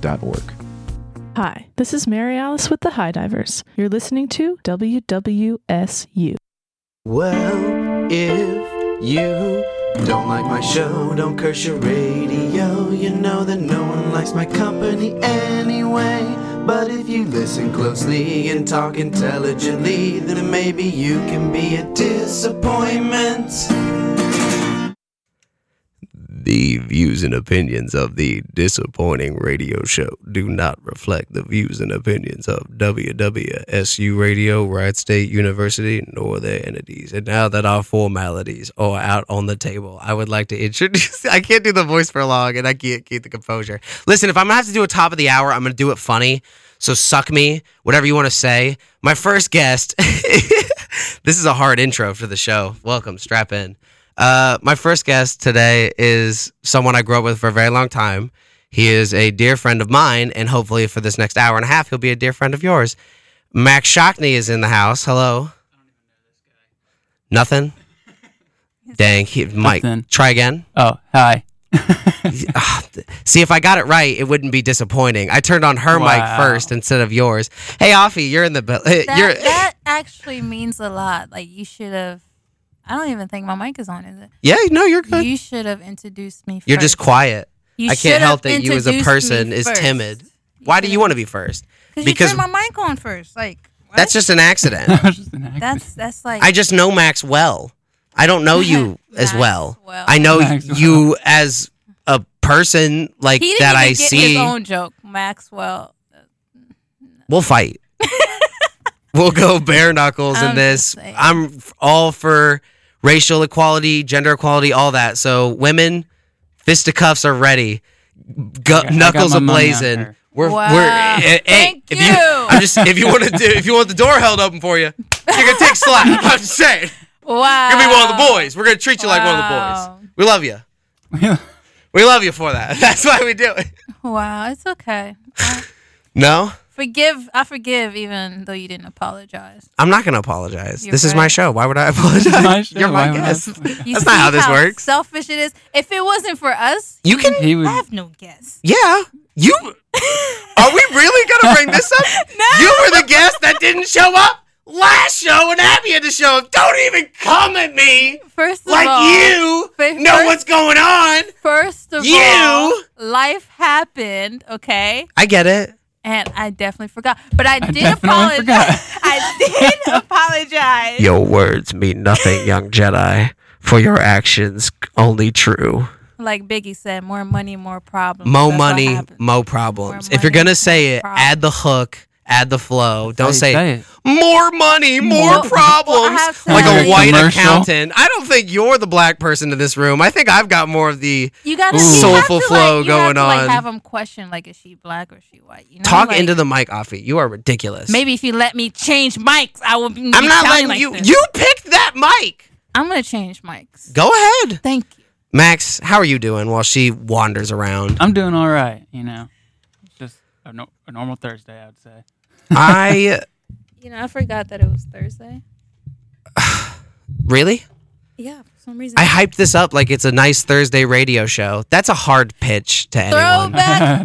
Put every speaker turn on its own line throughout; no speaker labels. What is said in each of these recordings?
www.highdivers.org.
Hi, this is Mary Alice with the High Divers. You're listening to WWSU.
Well, if you don't like my show, don't curse your radio. You know that no one likes my company anyway. But if you listen closely and talk intelligently, then maybe you can be a disappointment.
The views and opinions of the disappointing radio show do not reflect the views and opinions of WWSU Radio, Wright State University, nor their entities. And now that our formalities are out on the table, I would like to introduce. I can't do the voice for long, and I can't keep the composure. Listen, if I'm gonna have to do a top of the hour, I'm gonna do it funny. So suck me, whatever you want to say. My first guest. this is a hard intro for the show. Welcome, strap in. Uh, my first guest today is someone I grew up with for a very long time. He is a dear friend of mine, and hopefully for this next hour and a half, he'll be a dear friend of yours. Max Shockney is in the house. Hello. Nothing. Dang, he, Mike.
Nothing.
Try again.
Oh, hi.
Ah, th- See, if I got it right, it wouldn't be disappointing. I turned on her mic
Wow.
first instead of yours. Hey, Offie, you're in the. bu-
That,
you're,
that actually means a lot. Like you should have. I don't even think my mic is on. Is it?
yeah, no, you're good.
You should have introduced me. First.
You're just quiet.
You
I
should
can't
have
help that you as a
introduced
person
me
is
first.
timid. Why do you want to be first?
Because you turned my mic on first. Like what?
that's just an accident.
That was just an accident.
that's that's like
I just know Max well. I don't know you as
Max
well.
well.
I know
Max well.
you as a person like
he didn't
that
even
I
get
see.
his own joke. Maxwell.
We'll fight. we'll go bare knuckles in
I'm
this.
just saying.
I'm f- all for racial equality, gender equality, all that. So women, fisticuffs are ready. Gu-
I got
knuckles
my money on
ablazing.
her.
We're,
Wow.
we're eh, eh,
Thank
if you,
you.
I'm just if you want to do if you want the door held open for you, you're gonna take slack. I'm just saying,
Wow.
you're gonna be one of the boys. We're gonna treat you like one of
Wow.
the boys. We love you. We love you for that. That's why we do it.
Wow, it's okay. I
No,
forgive. I forgive, even though you didn't apologize.
I'm not gonna apologize.
You're
this is
right.
my show. Why would I apologize?
My show.
You're my
Why would I
guest.
apologize?
You
That's not
see
how this works.
Selfish it is. If it wasn't for us,
You can
he would.
I have no guess.
Yeah. You Are we really gonna bring this up? You were the guest that didn't show up last show and Abby had to show up. Don't even come at me
First of
like
all,
you
but
know
first-
what's going on.
First of
You!
all, life happened, okay?
I get it.
And I definitely forgot. But I, did
definitely
apologize.
forgot.
I did apologize.
Your words mean nothing, young Jedi. For your actions only true.
Like Biggie said, more money, more problems.
Mo
That's what
money,
happened.
mo problems.
More
if you're
money,
gonna say it,
problems.
add the hook, add the flow. Don't say,
say it.
more money, more
Well- well, I
problems.
have to
like
tell
a
you-
white
Commercial.
accountant. I don't think you're the black person in this room. I think I've got more of the
You gotta
Ooh.
you have
Soulful
to,
flow
like, you have
going
to,
on.
Like, have them question, like, is she black or is she white? You know,
talk
like,
into the mic, Afi. You are ridiculous.
Maybe if you let me change mics, I will be.
I'm not letting
sounding like
you.
this.
You picked that mic.
I'm gonna change mics.
Go ahead,
Thank you.
Max. How are you doing while she wanders around?
I'm doing all right, you know. It's just a, no- a normal Thursday, I would say.
I
You know, I forgot that it was Thursday.
really.
Yeah, for some reason.
I hyped this up like it's a nice Thursday radio show. That's a hard pitch to anyone.
Throwback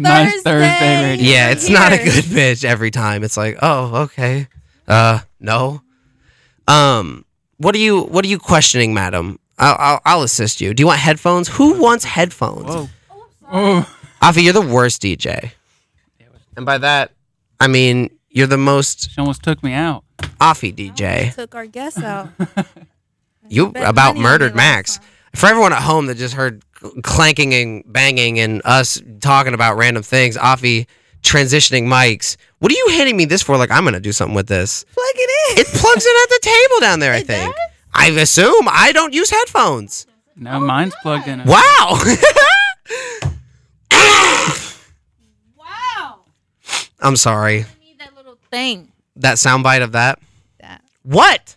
Nice
Thursday.
Thursday radio.
Yeah, it's not a
Here.
good pitch every time. It's like, oh, okay, uh, no. Um, what are you? What are you questioning, madam? I'll, I'll, I'll assist you. Do you want headphones? Who wants headphones?
Whoa. Oh,
Afi, you're the worst DJ. And by that, I mean you're the most
she almost took me out.
Afi DJ.
took our guests out.
You
bet
about
money on
murdered
me last
Max.
time.
For everyone at home that just heard cl- clanking and banging and us talking about random things, Afi transitioning mics. What are you handing me this for? Like I'm gonna do something with this.
Plug it
It plugs in at the table down there. I think. I assume I don't use headphones.
No, mine's plugged in.
Wow.
Wow.
I'm sorry.
I need that little thing.
That soundbite of that.
That.
What?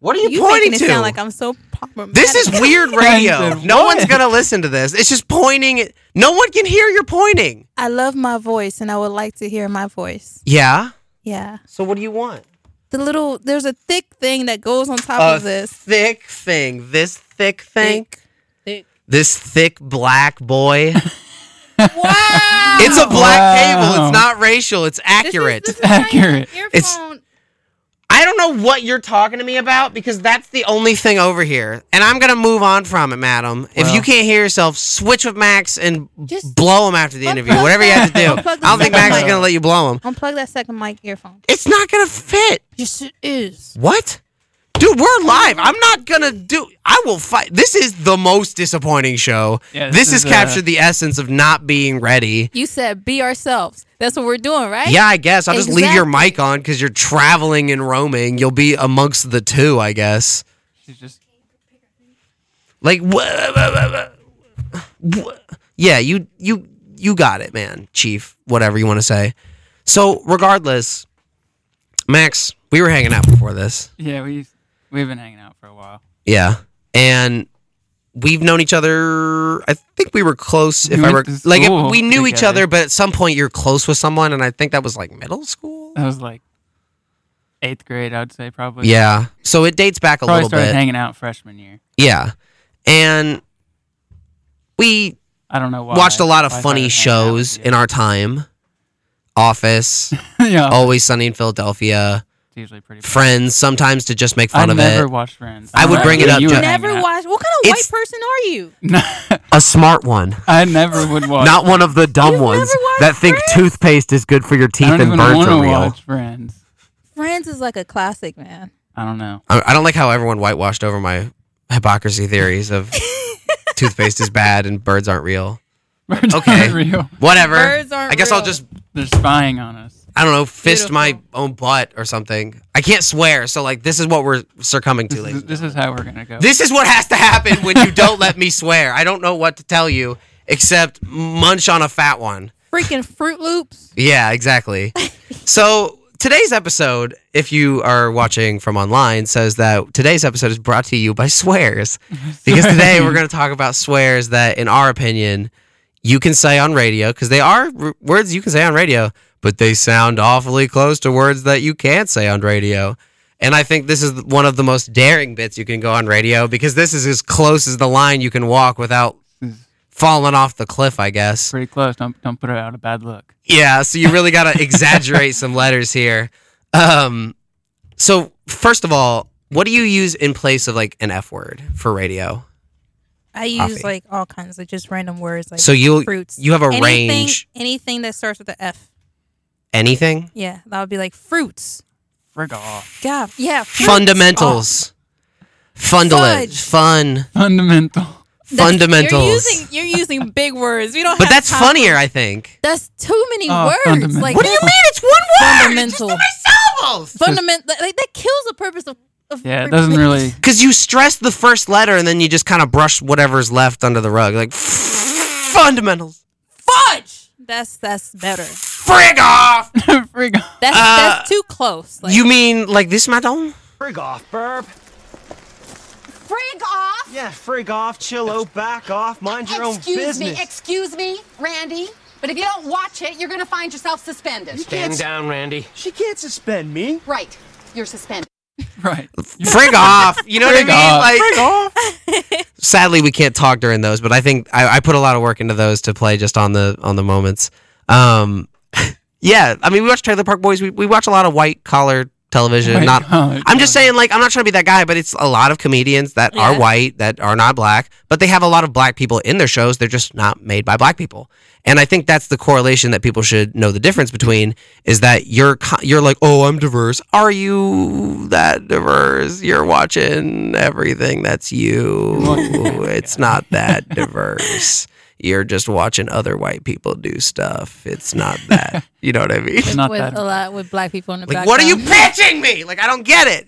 What are you, pointing to?
I'm so proper.
This is weird radio.
Offensive.
No
What?
one's gonna listen to this. It's just pointing. at- No one can hear your pointing.
I love my voice, and I would like to hear my voice.
Yeah.
Yeah.
So what do you want?
The little there's a thick thing that goes on top
A
of this.
thick thing. This thick thing.
Thick. Thick.
This thick black boy.
Wow.
It's a black cable.
Wow.
It's not racial. It's
This is-
accurate.
this is how you
Accurate.
earphone-
It's- I don't know what you're talking to me about because that's the only thing over here. And I'm going to move on from it, madam. if
Well.
you can't hear yourself, switch with Max and
Just-
blow him after the interview.
Unplug
Whatever you have to
that-
do.
unplug
I
the
don't think Max is
microphone.
going to let you blow him.
Unplug that second mic earphone.
It's not going to fit.
Yes, it is.
What? Dude, we're live. I'm not gonna do. I will fight. This is the most disappointing show.
Yeah,
this
this
has
is, uh,
captured the essence of not being ready.
You said be ourselves. That's what we're doing, right?
Yeah, I guess I'll just leave your
Exactly.
mic on because you're traveling and roaming. You'll be amongst the two, I guess.
She's just
Like what? Yeah, you you you got it, man, Chief. Whatever you want to say. So, regardless, Max, we were hanging out before this.
yeah. We we've been hanging out for a while.
Yeah. And we've known each other. I think we were close. If
We
I
went
rec-
to
like, if
school
we knew each
together.
other, but at some point you're close with someone, and I think that was like middle school.
That was like eighth grade, I'd say probably.
Yeah. So it dates back a
Probably
little
started
bit.
hanging out freshman year.
yeah. And we
I don't know why.
watched a lot of
why I
funny
started hanging out with
shows
you.
in our time. Office,
yeah,
Always Sunny in Philadelphia,
it's usually pretty. Fun.
Friends, sometimes to just make fun
I
of
never
it.
watched Friends.
I would
know
bring it
you-
up
You
to-
were hanging
Never
out.
watch. What kind of
It's-
white person are you?
A smart one.
I never would watch.
Not one of the dumb
You've never
ones
watched
that think
Friends?
toothpaste is good for your teeth
I don't
and
even
burns
want
are
to
real.
watch Friends.
Friends is like a classic, man.
I don't know.
I, I don't like how everyone whitewashed over my hypocrisy theories of toothpaste is bad and birds aren't real.
Birds
Okay.
aren't real.
Whatever.
Birds aren't
I guess I'll
real.
just
They're spying on us.
I don't know fist my own butt or something. I can't swear, so like this is what we're succumbing to,
This
ladies.
is,
and
this is how we're gonna go.
This is what has to happen when you don't let me swear. I don't know what to tell you except munch on a fat one.
Freaking Fruit Loops.
Yeah, exactly. so today's episode, if you are watching from online, says that today's episode is brought to you by swears. Because today we're going to talk about swears that, in our opinion, you can say on radio, because they are r- words you can say on radio, but they sound awfully close to words that you can't say on radio. And I think this is one of the most daring bits you can go on radio because this is as close as the line you can walk without falling off the cliff, I guess.
pretty close. Don't don't put out a bad look.
Yeah, so you really got to exaggerate some letters here. Um, so first of all, what do you use in place of like an F word for radio?
I use
Coffee.
like all kinds of just random words like
so you
fruits.
you have a
anything,
range,
Anything that starts with a F.
anything,
Yeah, that would be like fruits.
Frig off.
God, yeah. fruits.
fundamentals, fundalage,
Fudge.
fun,
Fundamental.
Oh, that's-
fundamentals.
You're using you're using big words. We don't.
but
have
that's
time
funnier, I think.
That's too many
Oh,
words.
fundamental.
Like
What do you mean? It's
that's
one word.
Fundamental. Fundament like, that kills the purpose of. of
Yeah, it doesn't really.
Because you stress the first letter and then you just kind of brush whatever's left under the rug, like fundamentals.
fudge. That's that's better.
Frig off. Uh,
Frig off.
That's that's too close. Like
you mean like this, madame?
Frig off, burp.
Frig off!
Yeah, frig off, chillo, back off, mind your
excuse
own business.
me, excuse me, Randy. But if you don't watch it, you're gonna find yourself suspended.
Stand down, Randy. She can't suspend me.
Right, you're suspended.
Right.
frig off. You know what I
Frig
mean?
off.
Like, Sadly, we can't talk during those, but I think I, I put a lot of work into those to play just on the on the moments. Um, yeah, I mean, we watch Trailer Park Boys. We, we watch a lot of white collar television.
White
not,
collar
I'm just saying, like, I'm not trying to be that guy, but it's a lot of comedians that are
Yeah.
white that are not black, but they have a lot of black people in their shows. They're just not made by black people. And I think that's the correlation that people should know the difference between is that you're co- you're like, oh, I'm diverse. Are you that diverse? You're watching everything that's you. it's not that diverse. You're just watching other white people do stuff. It's not that. You know what I mean?
It's not
with
that.
a lot with black people in the
Like,
background.
what are you pitching me? Like, I don't get it.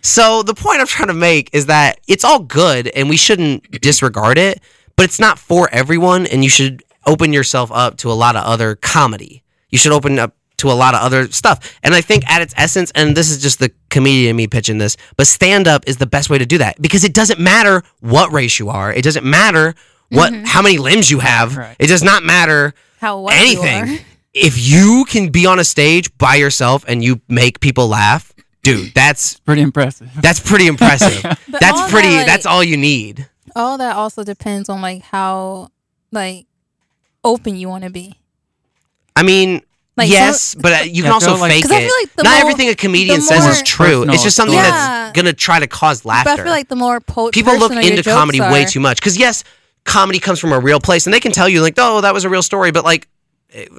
So the point I'm trying to make is that it's all good and we shouldn't disregard it, but it's not for everyone and you should open yourself up to a lot of other comedy. You should open up to a lot of other stuff. And I think at its essence, and this is just the comedian in me pitching this, but stand up is the best way to do that because it doesn't matter what race you are. It doesn't matter what how many limbs you have.
Right.
It does not matter
How white you
anything.
are.
If you can be on a stage by yourself and you make people laugh, dude, that's
Pretty impressive.
that's pretty impressive.
all
that's pretty.
that, like-
that's all you need.
all that also depends on like how like open you want to be.
I mean,
Like,
yes,
some-
but uh, you
I
can also
feel like-
fake
'Cause I
it.
feel like the
Not
more-
everything a comedian
the
says is
more-
true. It's
Personal
just something
Yeah.
that's gonna try to cause laughter.
But I feel like the more po-
People look
personal your
into
jokes
comedy way
are-
too much because yes, comedy comes from a real place, and they can tell you like, oh, that was a real story, but like. it-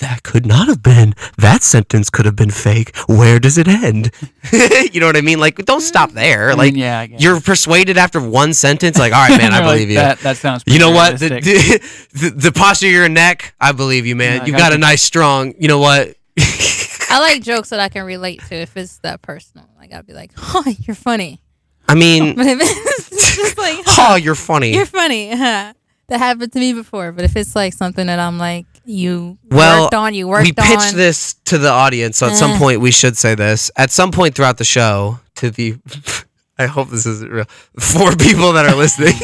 that could not have been. That sentence could have been fake. Where does it end? you know what I mean? Like, don't stop there.
mean,
Like,
Mm. yeah, I guess.
you're persuaded after one sentence. Like, all right, man, I
Like,
believe you.
That, that sounds.
You know
pretty
what? The,
realistic.
the, the posture of your neck, I believe you, man.
Yeah, I
you
got
got a
you.
nice, strong. You know what?
I like jokes that I can relate to if it's that personal. Like I'd be like, "Oh, you're funny,"
I mean,
but if it's just like,
oh, you're funny.
"You're funny," huh? that happened to me before. But if it's like something that I'm like, you
well,
worked on, you worked
we pitched
on.
this to the audience, so at some
Eh.
point we should say this. At some point throughout the show, to the, I hope this isn't real, four people that are listening,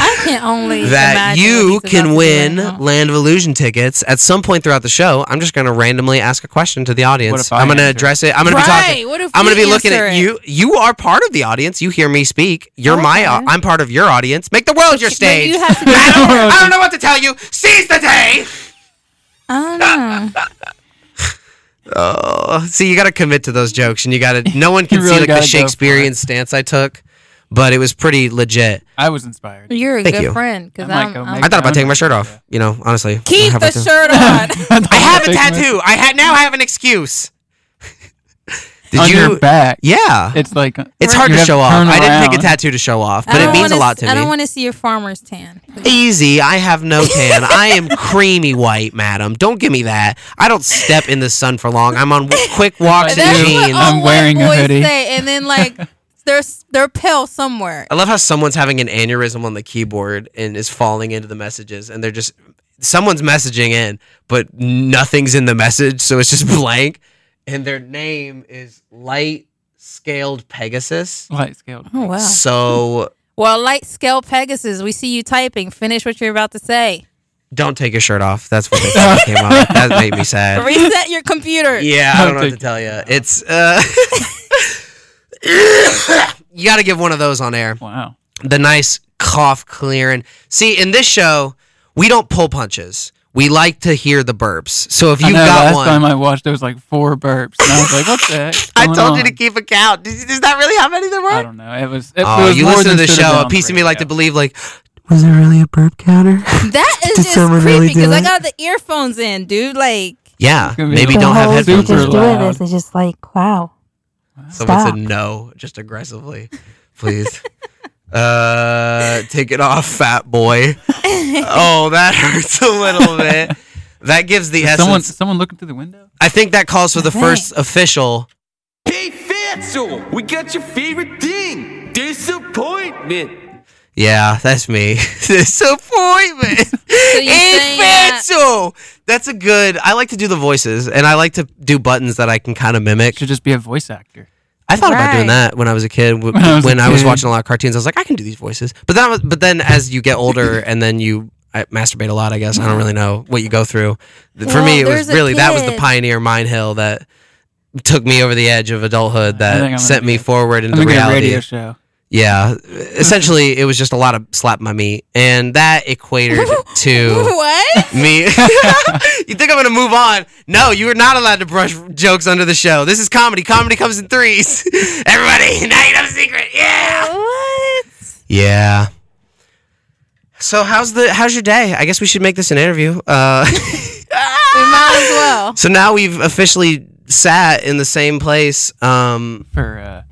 I can only
that
imagine
you
what he's
can
about to do
win
right now.
Land of Illusion tickets. At some point throughout the show, I'm just going to randomly ask a question to the audience.
if I
I'm going to
answer?
address it. I'm going to be talking.
Right, what if
I'm
we
gonna be looking
answer
at
it?
you. You are part of the audience. You hear me speak. You're my. au- I'm part of your audience. Make the world your
But
stage.
You have to
I don't, I don't know what to tell you. Seize the day.
I don't know.
Oh, see, you got to commit to those jokes, and you got to. No one can
You
see like
really
the
gotta go for it.
Shakespearean stance I took, but it was pretty legit.
I was inspired.
You're a
Thank
good
you.
friend because
I might
I'm.
go
I'm-
make-
I thought about taking my shirt off. You know, honestly.
keep
I have
the
a t-
shirt on.
I have a tattoo. I ha- now have an excuse. Did
on
you?
your back.
Yeah.
It's like
It's hard
you
to
have
show off.
turn
I didn't pick a
around.
tattoo to show off,
I
but it
don't
means
wanna
a lot
s-
to
I
me.
don't want to see your farmer's tan.
Easy. I have no tan. I am creamy white, madam. Don't give me that. I don't step in the sun for long. I'm on w- quick walks in
That's
That's what
jeans.
all-
I'm wearing a hoodie. Say, and then like there's they're pale somewhere.
I love how someone's having an aneurysm on the keyboard and is falling into the messages, and they're just someone's messaging in, but nothing's in the message, so it's just blank. And their name is Light Scaled Pegasus.
Light scaled.
Oh wow.
So
Well, light scale Pegasus, we see you typing. Finish what you're about to say.
don't take your shirt off. That's what they kinda came up. with. That made me sad.
Reset your computer.
Yeah, I don't know what to
Okay.
tell you. It's uh, you got to give one of those on air.
Wow.
The nice cough clearing. See, in this show, we don't pull punches. We like to hear the burps. So if
I
you
know,
got
last
one,
time I watched, there was like four burps, and I was like, "What the heck?" is
I
going
told you
on?
to keep a count. Is, is that really how many there were?
I don't know. It was. It,
Oh,
it was
you
more
listen to
than
the
should have
show.
been
A
on
piece of me
radio.
like to believe, like, was there really a burp counter?
That is
Did
just
someone
creepy
really do
because I
it?
got the earphones in, dude. Like
Yeah,
gonna be
maybe
a
don't have
whole
headphones.
super
in.
Just doing loud. this
is oh, just like wow.
Someone
Stop.
said no, just aggressively. Please. uh take it off, fat boy. oh, that hurts a little bit. That gives the essence.
Someone, someone looking through the window.
I think that calls for the first official.
Hey, Fatso, we got your favorite thing disappointment.
Yeah, that's me. Disappointment.
So you're saying that-
Infanzo. That's a good. I like to do the voices, and I like to do buttons that I can kind of mimic.
Should just be a voice actor.
I thought about doing
Right.
that when I was a kid. w-
When I was a
when I was
kid.
watching a lot of cartoons, I was like, I can do these voices. But that was, but then as you get older and then you I masturbate a lot, I guess I don't really know what you go through. Th- For
Well,
me, it was
there's a
really that was the
kid.
pioneer mind hill that took me over the edge of adulthood
think I'm
that
gonna
sent me
be a-
forward into
I'm making a
reality.
radio show.
Yeah, essentially, it was just a lot of slap my meat, and that equated to
What?
me. you think I'm gonna move on? No, you are not allowed to brush jokes under the show. This is comedy. Comedy comes in threes. Everybody, now you know the secret. Yeah.
what?
Yeah. So how's the how's your day? I guess we should make this an interview. Uh,
We might as well.
so now we've officially sat in the same place. Um,
for uh,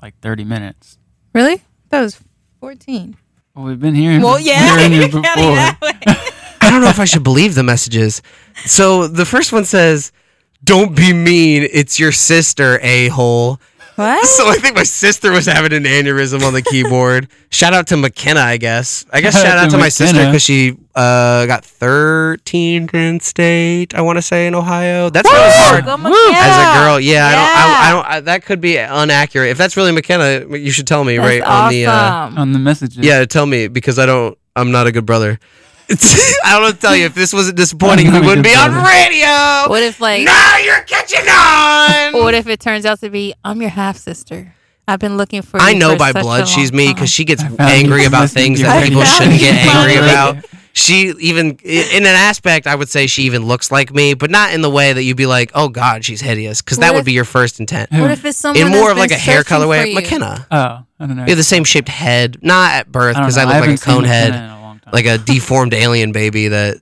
like 30 minutes.
Really? That was 14.
Well, we've been here.
Well, yeah.
Hearing you
Counting that
before.
way.
I don't know if I should believe the messages. So the first one says, "Don't be mean. It's your sister, a hole."
What?
So I think my sister was having an aneurysm on the keyboard. shout out to McKenna, I guess. I guess shout out to my sister
McKenna.
because she uh, got 13th in state. I want to say in Ohio. That's really hard.
Go
As a
Miguel.
girl, yeah, I don't, I, I don't, I, that could be inaccurate. If that's really McKenna, you should tell me
That's
right on the uh,
awesome.
On the messages.
yeah, tell me because I don't. I'm not a good brother. I don't know to tell you if this wasn't disappointing,
I'm
we
not a
wouldn't
good
be on
brother.
radio.
What if like
Now you're catching on.
What if it turns out to be I'm your half sister? I've been looking for.
I
you
know
for
by
such a
blood
long
she's me
time.
because she gets
found
angry
you.
about
Listening
things
to
that
you.
people
I
shouldn't
found
get
you.
angry about. she even in an aspect, I would say she even looks like me, but not in the way that you'd be like, "Oh God, she's hideous," because that
What
would
if-
be your first intent.
What if it's someone
In more
that's
of like a
been
hair
searching
color
for
way,
you?
McKenna.
Oh, I don't know.
You have the same shaped head, not at birth,
don't
because
know.
I look like a
haven't seen
cone
McKenna
head
in a long time.
like a deformed alien baby that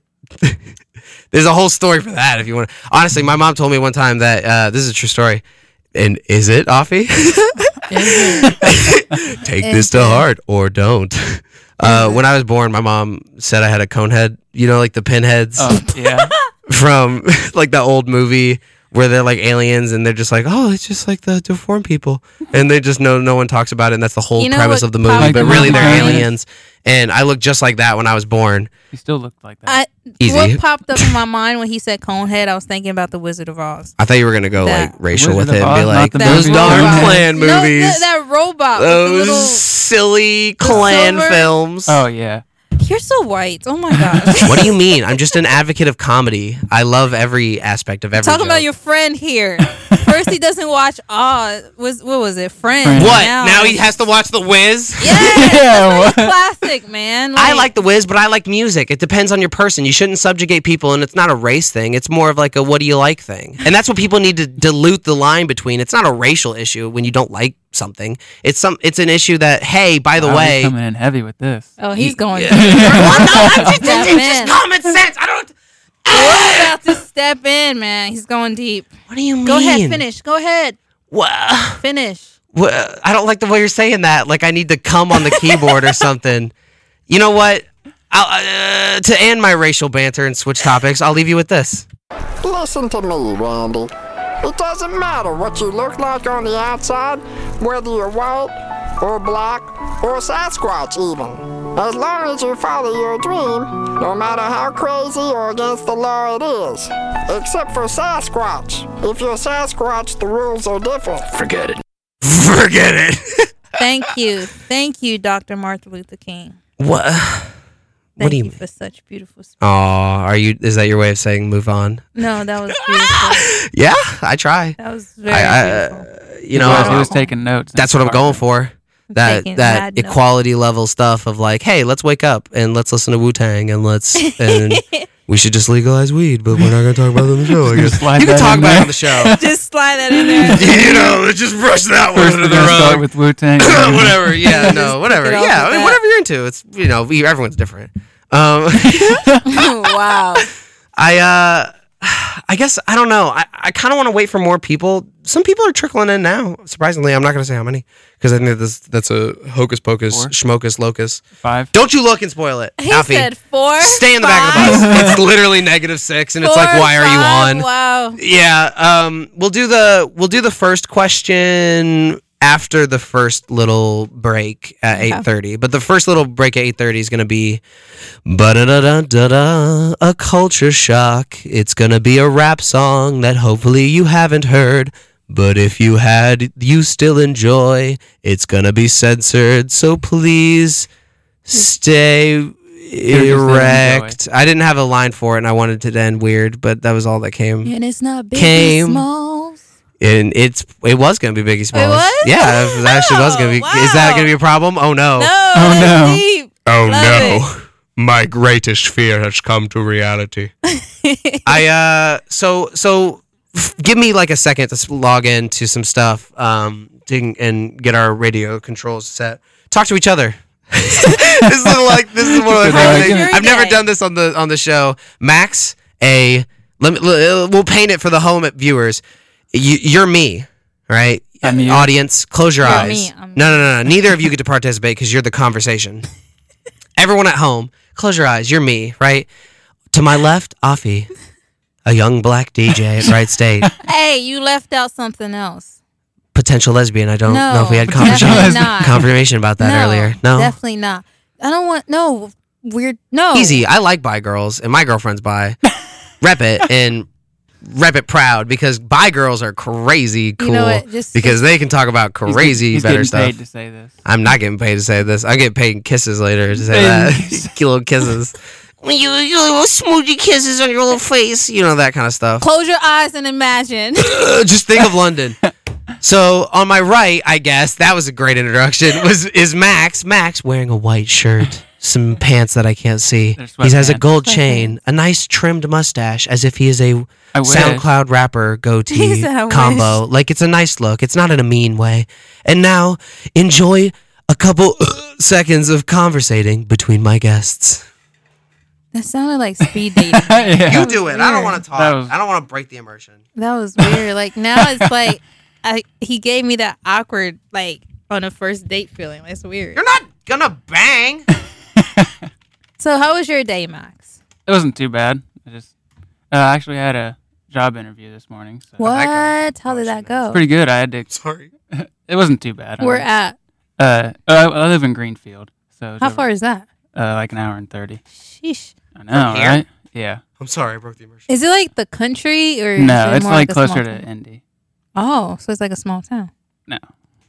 there's a whole story for that if you want honestly my mom told me one time that uh, this is a true story and is it offie take this to heart or don't uh, when i was born my mom said i had a cone head you know like the pinheads
Oh, yeah.
from like the old movie where they're like aliens and they're just like oh it's just like the deformed people and they just know no one talks about it and that's the whole
You know
premise
what
of the movie
probably
but really they're
reminded-
aliens and i look just like that when i was born
He still looked like that.
I,
Easy.
What popped up in my mind when he said cone head, I was thinking about the Wizard of Oz.
I thought you were gonna go
That-
like racial
Wizard
with it
of
and be
Oz, not
like
the
those
movie.
darn
Robot.
clan
No,
movies,
that, that robot. with the
those silly clan
silver-
films.
oh yeah.
little, you're so white. Oh my gosh.
What do you mean? I'm just an advocate of comedy. I love every aspect of every.
Talking about
joke.
your friend here. First, he doesn't watch Oz. Was what was it? Friends.
Friends.
what? Now, he has to watch The Wiz.
Yes,
Yeah,
that's like a classic man.
I like The Wiz, but I like music. It depends on your person. You shouldn't subjugate people, and it's not a race thing. It's more of like a what do you like thing, and that's what people need to dilute the line between. It's not a racial issue when you don't like something. It's some. It's an issue that hey, by the
Wow, he's
way,
coming in heavy with this.
Oh, he's going
Yeah.
deep.
It's-
Step
it's
in.
common sense. I don't.
He's about to step in, man. He's going deep.
What do you mean?
Go ahead, finish. Go ahead,
Wha-
finish.
wha- I don't like the way you're saying that. Like I need to come on the keyboard or something. You know what? I'll, uh, to end my racial banter and switch topics, I'll leave you with this.
Listen to me, Randy. It doesn't matter what you look like on the outside, whether you're white or black or Sasquatch even. As long as you follow your dream, no matter how crazy or against the law it is. Except for Sasquatch. If you're Sasquatch, the rules are different.
Forget it.
Forget it.
Thank you, thank you, Dr. Martin Luther King.
what?
Thank
What do you
you
mean?
for such beautiful. Sp-
Oh, are you? Is that your way of saying move on?
no, that was beautiful.
Yeah, I try.
That was very
I,
beautiful.
I you know,
No, he was taking notes.
that's what I'm going for. That
taking
that
mad notes.
equality level stuff of like, hey, let's wake up and let's listen to Wu Tang and let's and we should just legalize weed, but we're not gonna talk about it on the show. I guess.
slide
You can
that
talk
in
about it
there.
on the show.
Just slide that in there.
you know, let's just brush that one
First,
under
we're
the
gonna start
rug.
with Wu Tang.
whatever, yeah, no, whatever,
it off
yeah,
with
I mean,
that.
whatever you're into. It's you know, we, everyone's different. Um,
wow.
I uh I guess I don't know. I, I kind of want to wait for more people. Some people are trickling in now. Surprisingly, I'm not going to say how many because I think this, that's a hocus pocus,
Four?
schmocus, locus.
Five.
Don't you look and spoil it,
He
Alfie.
said four.
Stay in the back of the bus. It's literally negative six, and it's like, why are you on?
Wow.
Yeah. Um. We'll do the we'll do the first question after the first little break at eight thirty. But the first little break at eight thirty is gonna be, da da da da da, a culture shock. It's gonna be a rap song that hopefully you haven't heard. But if you had, you still enjoy. It's gonna be censored, so please stay
enjoy.
erect. I didn't have a line for it, and I wanted it to end weird, but that was all that came
And it's not big.
Came.
Small.
and it's it was gonna be Biggie Smalls.
was?
Yeah, it actually was gonna be. Is that
wow.
gonna be a problem? Oh no!
No. that's
no.
Deep.
Oh
Love
no. My greatest fear has come to reality.
I uh, so so, f- give me like a second to s- log into some stuff, um, to, and get our radio controls set. Talk to each other. this is like this is one of my favorite
Like-
things. I've never
Day.
done this on the on the show. Max, a let me l- we'll paint it for the home viewers. You, you're me, right?
I'm you.
Audience, close your
You're
eyes.
me, I'm
no, no, no, no. Neither of you get to participate because you're the conversation. Everyone at home, close your eyes. You're me, right? To my left, Afi, a young black DJ at Wright State,
Hey, you left out something else.
potential lesbian. I don't
No,
know if we had
definitely
confirmation,
not.
confirmation about that
no,
earlier. No,
definitely not. I don't want no weird. No,
easy. I like bi girls, and my girlfriend's bi. rep it and rep it proud because bi girls are crazy cool
You know what, just-
because they can talk about
He's get-
crazy
he's
better
getting
stuff.
Paid to say this.
I'm not getting paid to say this. I get paid in kisses later to say that. Cute little kisses. When you, you little smoothie kisses on your little face, you know that kind of stuff.
Close your eyes and imagine.
Uh, just think of London. So on my right, I guess that was a great introduction. Was is Max? Max wearing a white shirt, some pants that I can't see. He has a
sweatpants.
gold chain, a nice trimmed mustache, as if he is a
I wish.
SoundCloud rapper goatee
He said, "I
combo. Like it's a nice look. It's not in a mean way. And now enjoy a couple seconds of conversating between my guests.
That sounded like speed dating.
You do it. I don't want to talk.
That
I don't want to break the immersion.
That was weird. Like now it's like I he gave me that awkward like on a first date feeling. That's weird. You're
not gonna bang.
so how was your day, Max?
It wasn't too bad. I just uh, I actually had a job interview this morning. So
What? How did that go?
It's pretty good. I had to.
Sorry.
it wasn't too bad. I
Where
was-
at?
Uh, I, I live in Greenfield, so it's
How
over-
far is that?
Uh, like an hour and thirty.
Sheesh.
I know,
here?
right? Yeah.
I'm sorry, I broke the immersion.
Is it like the country or is
No,
it
it's
more
like
a small
closer to
town?
Indy.
Oh, so it's like a small town.
No.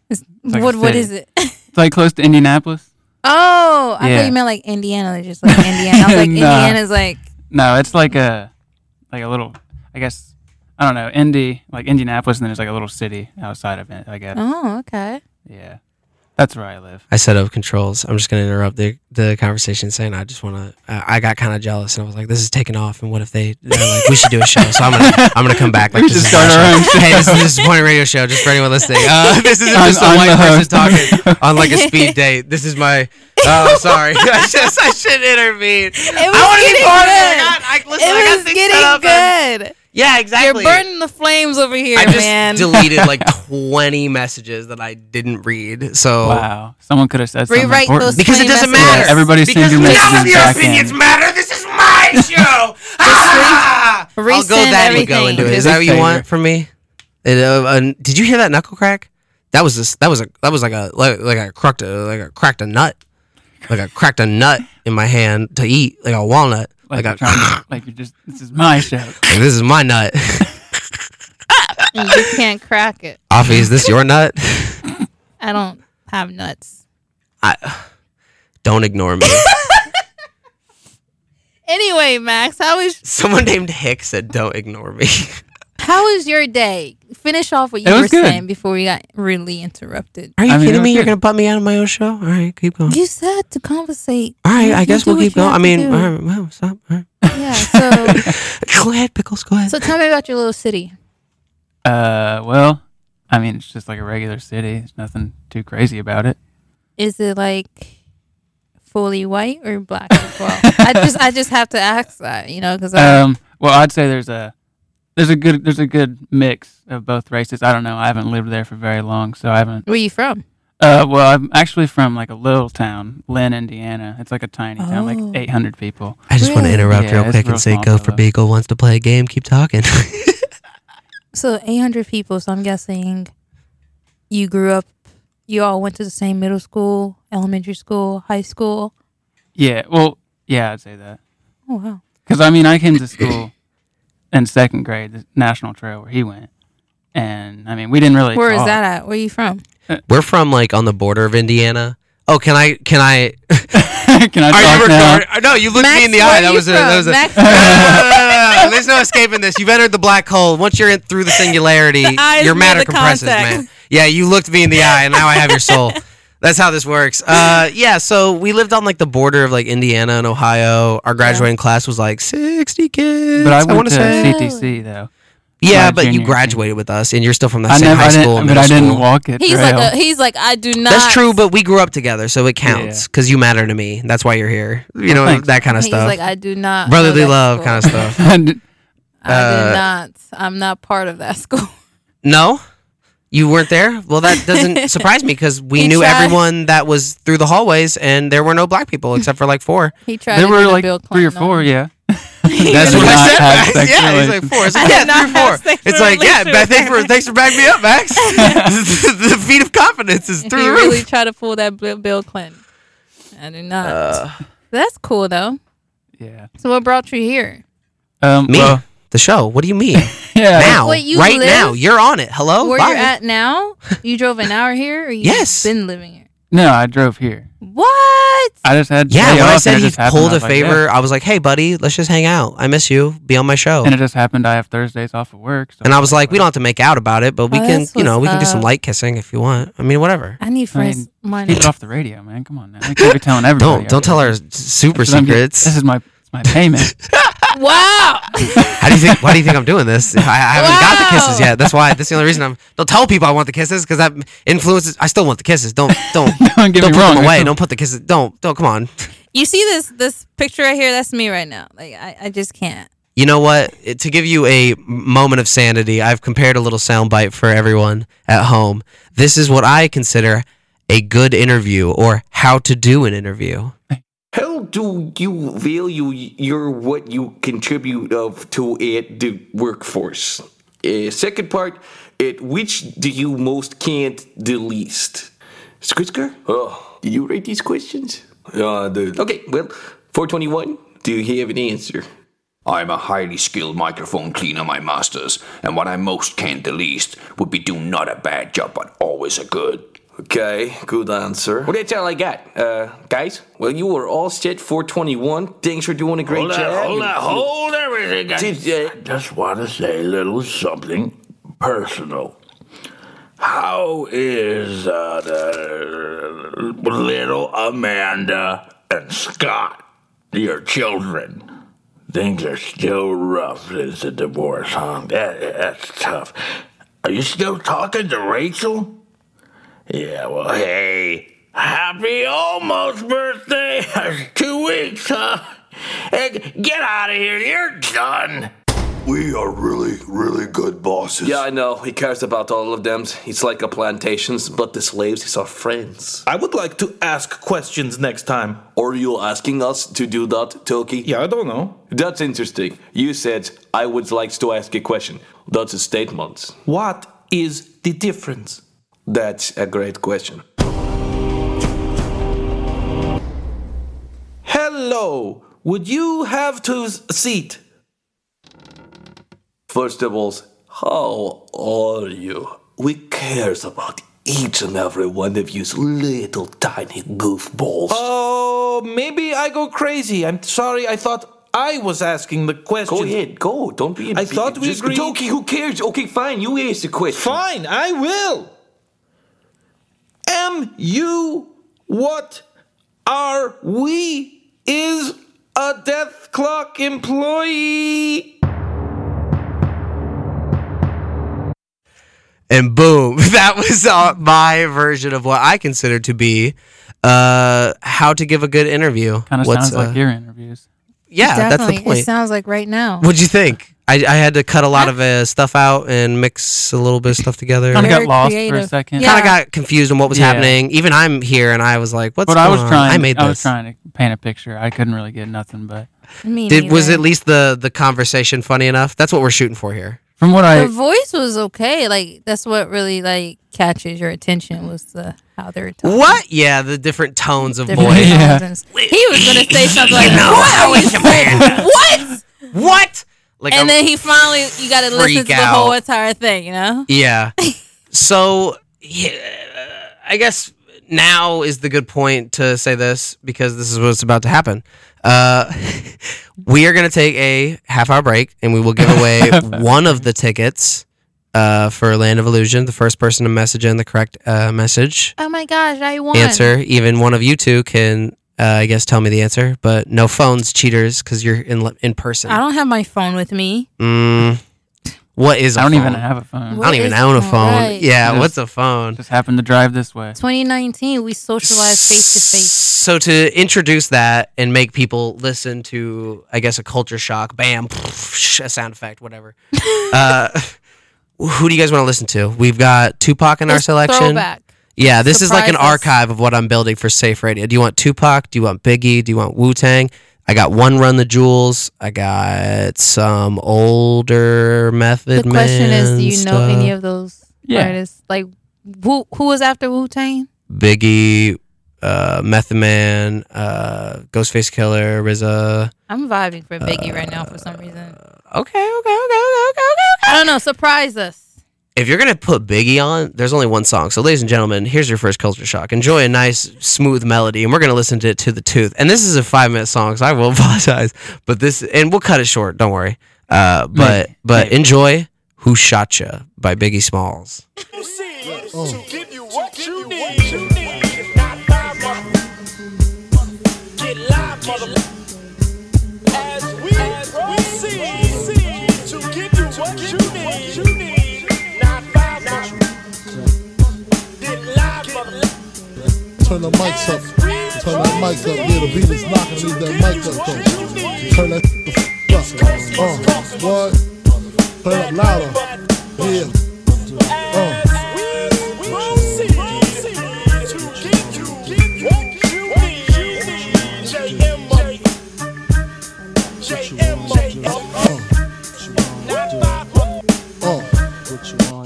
It's,
It's like a
what what
city.
is it?
It's like close to Indianapolis.
Oh, I
Yeah.
thought you meant like Indiana. They're just like Indiana. I was like
Nah.
Indiana's like
No, it's like a like a little. I guess I don't know. Indy, like Indianapolis, and then there's like a little city outside of it. I guess.
oh okay.
Yeah, that's where I live.
I set up controls. I'm just going to interrupt the, the conversation saying I just want to. I I got kind of jealous and I was like, this is taking off. And what if they? they're Like, we should do a show. So I'm gonna I'm gonna come back. Like,
We
this is
should start
my
our own
show.
show.
Hey, this is this is Point Radio Show. Just for anyone listening, uh, this isn't
I'm-
just a
I'm
white
the
person
host.
talking on like a speed date. This is my. Oh, I'm sorry. I just I should intervene. I
was
want to be
getting
part
good.
of it. I got, I, listen, I got
it was
things set up. and-
getting good.
yeah, exactly.
You're burning the flames over here,
I just
man.
deleted like 20 messages that I didn't read. So
Wow, someone could have said something
Rewrite
important.
those
because it
20
doesn't
messages.
matter.
Yeah, everybody send
because
your
none of
messages
your
back
opinions
in.
matter. This is my show. Ah! I'll go
resend
that
everything.
go into it.
Okay,
Is that what you
favorite.
want from me? It, uh, uh, did you hear that knuckle crack? That was this. That was a. That was like a like, like I cracked a like I cracked a nut, like I cracked a nut in my hand to eat like a walnut.
Like,
Like,
you're
I
trying to, like you're just. This is my show.
like, this is my nut.
And you can't crack it.
Afi, is this your nut?
I don't have nuts.
Don't ignore me.
Anyway, Max, how was
Someone named Hick said, "Don't ignore me."
how was your day? Finish off what you
It was
were
good.
saying before we got really interrupted.
Are you
I mean, it
kidding
was
me? You're
good.
gonna butt me out of my own show? All right, keep going.
You said to conversate.
All right,
You-
I
you
guess
do
we'll
what
keep
you
going. I
have to
mean,
do.
all right, well, stop. All right.
yeah. So
Go ahead, Pickles. Go ahead.
so tell me about your little city.
Uh, well, I mean, it's just like a regular city. There's nothing too crazy about it.
Is it like fully white or black as well? I just I just have to ask that, you know, because
Um, well, I'd say there's a there's a good there's a good mix of both races. I don't know. I haven't lived there for very long, so I haven't.
where you from?
Uh, well, I'm actually from like a little town, Lynn, Indiana. It's like a tiny town,
Oh.
like 800 people.
I just want to
Really?
interrupt
Yeah,
real
it's
quick
real
and say,
small
"Go for
fella.
Beagle wants to play a game. Keep talking."
So 800 people. So I'm guessing you grew up, you all went to the same middle school, elementary school, high school.
Yeah. Well, yeah, I'd say that.
Oh, wow.
Because I mean, I came to school in second grade, the National Trail where he went, and I mean, we didn't really.
Where is
talk.
that at? Where you from?
Uh, We're from like on the border of Indiana. Oh, can I? Can I?
Can I talk now?
No, you looked
Max,
me in the
where
eye.
are
That
you
was a. That
from?
was a.
Max-
No, no, no, no, no, no. There's no escaping this. You've entered the black hole. Once you're in through the singularity,
eyes
your
made
matter
the
compresses,
contact.
man. Yeah, you looked me in the eye, and now I have your soul. That's how this works. Uh, yeah, so we lived on like the border of like Indiana and Ohio. Our graduating class was like 60 kids.
But I
want
went
to
to
say.
CTC though.
Yeah,
my
but you
junior
graduated with us, and you're still from the
I
same
never,
high
I
school.
didn't,
and
but
middle
I didn't
school.
walk it.
He's
trail.
like, a, he's like, I do not.
That's true, but we grew up together, so it counts because you matter to me. That's why you're here. You know
thanks.
that kind of
he's
stuff,
like, I do not.
brotherly
know that
love
school.
kind of stuff.
And
Uh, I
uh,
do not. I'm not part of that school.
No, you weren't there. Well, that doesn't surprise me because we
He
knew
tried.
everyone that was through the hallways, and there were no black people except for like four.
He tried.
there
to
were
get a
like
Bill
three or
Clinton
four,
on me.
yeah.
That's
did
what
not have
I said. Max.
sexual
Yeah, he's like
relations.
four. It's like,
I
yeah,
did not
three or
have
four.
sexual
It's like yeah,
relations
Max,
with
thanks for
her.
thanks for backing me up, Max. the feat of confidence is through
He
the
really
roof.
tried to pull that Bill Bill Clinton. I do not.
Uh,
That's cool though.
Yeah.
So what brought you here?
Um,
Me,
well,
the show. What do you mean?
yeah.
now,
Wait, you
right
live-
now, you're on it. Hello,
Where
Bye.
you're at now? You drove an hour here, or you
Oh, Yes.
been living here?
No, I drove here.
What?
I just had
Yeah,
day
when I
off
said
and it
he
just happened,
pulled a
I was like,
favor,
yeah.
I was like, "Hey, buddy, let's just hang out. I miss you. Be on my show."
and it just happened. I have Thursdays off of work. So
And I was like, "We don't have to make out about it, but we
Oh,
can,
that's
you know, we
what's
can do some
up.
light kissing if you want. I mean, whatever."
I
I
need
mean,
friends. money.
keep it off the radio, man. Come on, now. I can't be telling everybody.
Don't don't tell our s- super
That's what I'm getting-
secrets.
This is my it's my payment.
wow.
How do you think? Why do you think I'm doing this? I, I haven't got the kisses
Wow.
yet. That's why. That's the only reason I'm. Don't tell people I want the kisses because that influences. I still want the kisses. Don't don't
Don't get
don't
me
put
wrong.
them away.
It's-
Don't put the kisses. Don't don't. Come on.
You see this this picture right here? That's me right now. Like I, I just can't.
You know what? It- to give you a moment of sanity, I've compared a little soundbite for everyone at home. This is what I consider a good interview or how to do an interview.
How do you value your what you contribute of to it the workforce? Uh, second part, at which do you most can't the least? Skritsker? Oh, did you write these questions? Uh, dude. Okay, well, 421, do you have an answer?
I'm a highly skilled microphone cleaner, my masters, and what I most can the least would be do not a bad job, but always a good.
Okay, good answer. Well, that's all I got. Uh, guys, well, you were all set 421. Thanks for doing a great
Hold on,
job.
hold on, hold everything.
Dude, uh,
I just want to say a little something personal. How is uh, the little Amanda and Scott, your children? Things are still rough since the divorce, huh? That, that's tough. Are you still talking to Rachel? Yeah, well, hey, happy almost birthday. Two weeks, huh? Hey, get out of here. You're done.
We are really, really good bosses.
Yeah, I know. He cares about all of them. He's like a plantations, but the slaves, he's our friends. I would like to ask questions next time. Are you asking us to do that, Toki? Yeah, I don't know. That's interesting. You said, I would like to ask a question. That's a statement. What is the difference? That's a great question.
Hello. Would you have to s- seat?
First of all, how are you? We cares about each and every one of you's little tiny goofballs.
Oh, maybe I go crazy. I'm sorry. I thought I was asking the question. Go ahead.
Go. Don't be.
I thought we
Just-
agreed.
Toki, who cares? Okay, fine. You ask the question.
Fine. I will. Am you what are we is a death clock employee?
And boom, that was uh, my version of what I consider to be uh, how to give a good interview.
Kind of
What's,
sounds like
uh,
your interviews.
Yeah, that's the
Definitely. It
point.
sounds like right now.
What'd you think? I, I had to cut a lot of uh, stuff out and mix a little bit of stuff together.
Kinda got Very lost for a creative. second.
Kind
Yeah.
of got confused on what was
Yeah.
happening. Even I'm here and I was like, "What's
but
going
I was
on?
trying.
I made this.
I was trying to paint a picture. I couldn't really get nothing, but
Me
Did was
neither.
at least the the conversation funny enough? That's what we're shooting for here.
from what I
the voice was okay. Like that's what really like catches your attention was the how they're talking.
What? Yeah, the different tones of
Different
voice.
tones. He was gonna say something like, "What are we saying? What?
What?" Like
and
I'm-
then he finally, you got to listen
freak
to the
out.
whole entire thing. You know?
Yeah. so, yeah, I guess now is the good point to say this because this is what's about to happen. Uh, we are going to take a half hour break and we will give away one of the tickets uh, for Land of Illusion. The first person to message in the correct uh, message
Oh my gosh, I won.
answer, even one of you two can. Uh, I guess tell me the answer, but no phones, cheaters, because you're in li- in person.
I don't have my phone with me.
Mm, what is? I
I don't even have a phone.
I don't even own a phone. Yeah, what's a phone?
Just happened to drive this way.
2019, we socialized face to face.
So to introduce that and make people listen to, I guess, a culture shock, bam, a sound effect, whatever. uh, who do you guys want to listen to? We've got Tupac in our selection.
throwback.
Yeah, this is like an
Surprises.
archive of what I'm building for Safe Radio. Do you want Tupac? Do you want Biggie? Do you want Wu Tang? I got one run the jewels. I got some older method.
The question is, do you know any
of?
of those
Yeah.
artists? Like, who who was after Wu Tang?
Biggie, uh, Method Man, uh, Ghostface Killer, RZA.
I'm vibing
Uh,
for Biggie right now for some reason.
Okay, okay, okay, okay, okay, okay.
I don't know. Surprise us.
if you're gonna put Biggie on, there's only one song. So, ladies and gentlemen, here's your first culture shock. Enjoy a nice, smooth melody, and we're gonna listen to it to the tooth. And this is a five minute song, so I will apologize. But this, and we'll cut it short. Don't worry. Uh, but but enjoy "Who Shot Ya" by Biggie Smalls. Oh.
give you what you need. If not live, motherfucker. Get live, motherfucker. As we proceed to give you what you need. Not live, motherfucker. Get live, motherfucker.
Turn the mics up. Turn that mic up. Yeah, the beat is knocking. Leave that mic up though. Turn that the f- up. Uh, what? Turn it up louder. Yeah. Uh. Uh,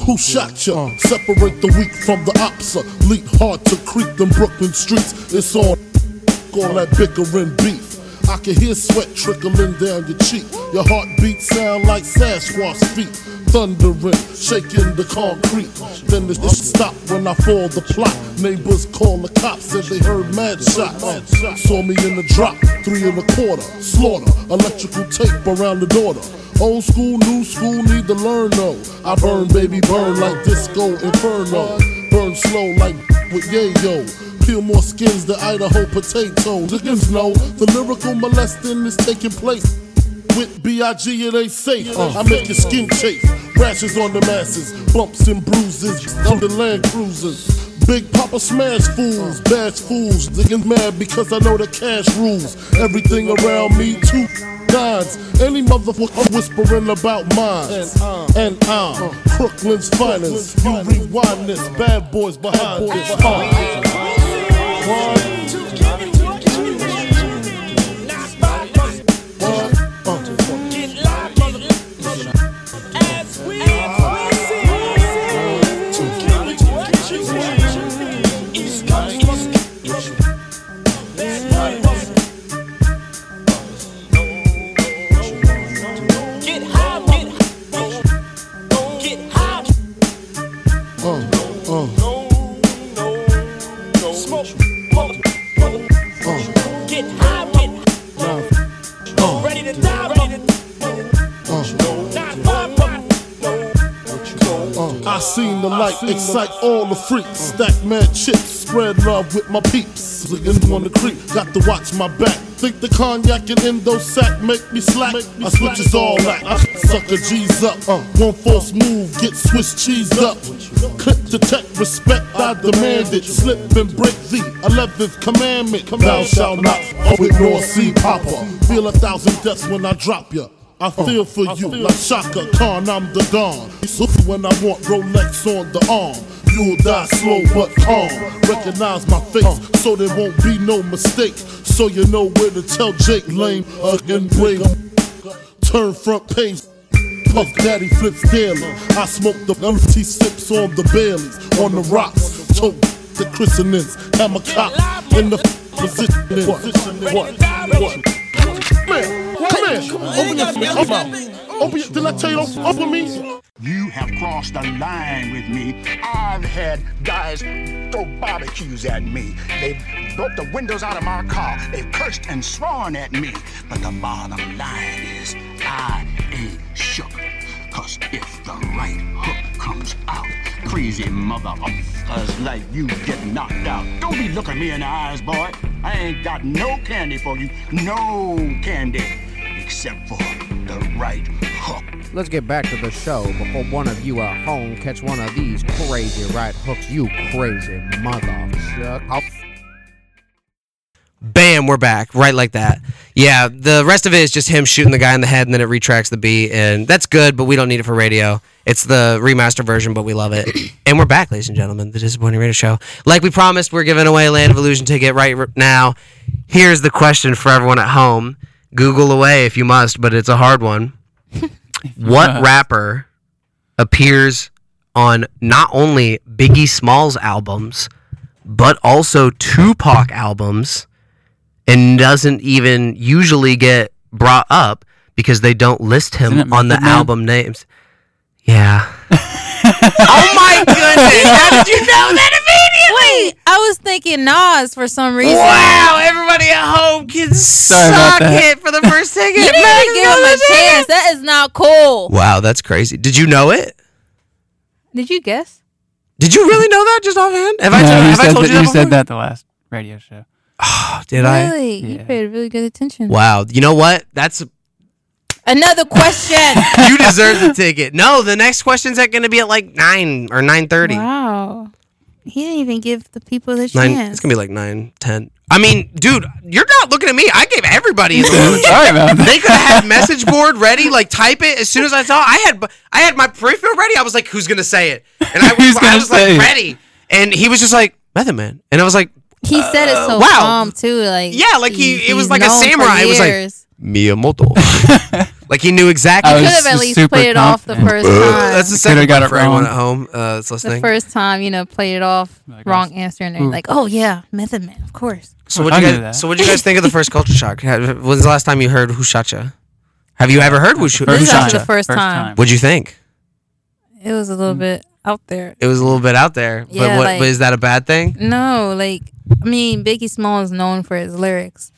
Who shot ya? Uh. Separate the weak from the opsa. Leap hard to creep them Brooklyn streets. It's on all that bickering beef. I can hear sweat trickling down your cheek. Your heartbeat sound like Sasquatch feet. Thundering, shaking the concrete. Then the shit stop when I fall the plot. Neighbors call the cops, said they heard mad shots. Saw me in the drop, three and a quarter. Slaughter, electrical tape around the daughter. Old school, new school, need to learn though. I burn, baby, burn like disco inferno. Burn slow like with yayo. Peel more skins than Idaho potato. Dickens know the lyrical molesting is taking place. With B.I.G. it ain't safe. I make your skin chafe. Rashes on the masses, bumps and bruises on the Land Cruisers. Big Papa smash fools, bash fools. Digging mad because I know the cash rules. Everything around me, two nines. Any motherfucker whispering about mine. And uh, I'm Brooklyn's finest. You rewind this, bad boys behind this. Uh.
Get high, get high,
Uh, uh.
smoke, get high,
Uh,
ready to die, ready to
I seen the Uh. light excite all the freaks. Stack mad chips, spread love with my peeps. Looking on the creep, got to watch my back. Think the cognac and endo sack make me slack. I switches all that. I sucker G's up. Uh, one false move, get Swiss cheese up. Click detect respect, I demand it. Slip and break the 11th commandment. Thou shalt not ignore see Papa. Feel a thousand deaths when I drop ya. I feel for you like Shaka Khan, I'm the Don. So when I want Rolex on the arm, you'll die slow but calm. Recognize my face so there won't be no mistake. So you know where to tell Jake Lame again, brave. Turn front page. Puff Daddy flips daily. I smoke the empty sips on the Baileys, on the rocks. Tote the christenings, hammer cop in the position. What? What? What? Man, man, open your come on. Open your, did I tell you don't fuck with me?
You have crossed the line with me. I've had guys throw barbecues at me. They broke the windows out of my car. They've cursed and sworn at me. But the bottom line is, I ain't shook. Cause if the right hook comes out, crazy motherfuckers like you get knocked out. Don't be looking me in the eyes, boy. I ain't got no candy for you. No candy. Except for the right hook.
Let's get back to the show before one of you at home catch one of these crazy right hooks. You crazy motherfucker.
Bam, we're back, right like that. Yeah, the rest of it is just him shooting the guy in the head, and then it retracts the beat, and that's good, but we don't need it for radio. It's the remaster version, but we love it. and we're back, ladies and gentlemen, the Disappointing Radio Show. Like we promised, we're giving away a Land of Illusion ticket right r- now. Here's the question for everyone at home Google away if you must, but it's a hard one. what
must.
rapper appears on not only Biggie Smalls albums, but also Tupac albums, and doesn't even usually get brought up because they don't list him on the album names. Yeah. oh my goodness! How did you know that?
Wait, I was thinking Nas for some reason.
Wow, everybody at home can
Sorry
about
suck
that.
it
for the first ticket.
you didn't
Man,
even give him a chance. That is not cool.
Wow, that's crazy. Did you know it?
Did you guess?
Did you really know that just offhand? Have I
No,
told,
you
have I
said
told
that-
you that
you
before?
said that the last radio show.
Did I?
Really? You paid really good attention.
Wow. You know what? That's
Another question.
you deserve the ticket. No, the next question's at going to be at like nine or nine thirty.
wow. He didn't even give the people the
Nine.
chance.
It's gonna be like nine ten. I mean, dude, you're not looking at me. I gave everybody. in the room.
Sorry about that.
They could have had message board ready, like type it as soon as I saw. I had I had my pre-fill ready. I was like, who's gonna say it? And I was, I was like
say it?
ready. And he was just like Method Man, and I was like,
He said it so
Uh, wow.
calm too. Like
yeah, like he, it was
he's
like a
known for
samurai. It was like
years.
Miyamoto. like he knew exactly.
I You was could've at least super played it off the confident. first time.
That's the
Could've
second
got
got
it
for everyone
wrong.
at home uh, that's
the
listening.
first time, you know, played it off wrong answer, and they're
Mm.
like, "Oh yeah, Method Man, of course."
So what you guys? So what you guys think of the first culture shock? Have- When's the last time you heard Who Shot Ya? Have you ever heard Who, Sh-
This
who
is
Shot
actually
Ya?
the first First time. time.
What'd you think?
It was a little bit out there.
It was a little bit out there, but
Yeah,
what?
like-
but is that a bad thing?
No, like I mean, Biggie Small is known for his lyrics.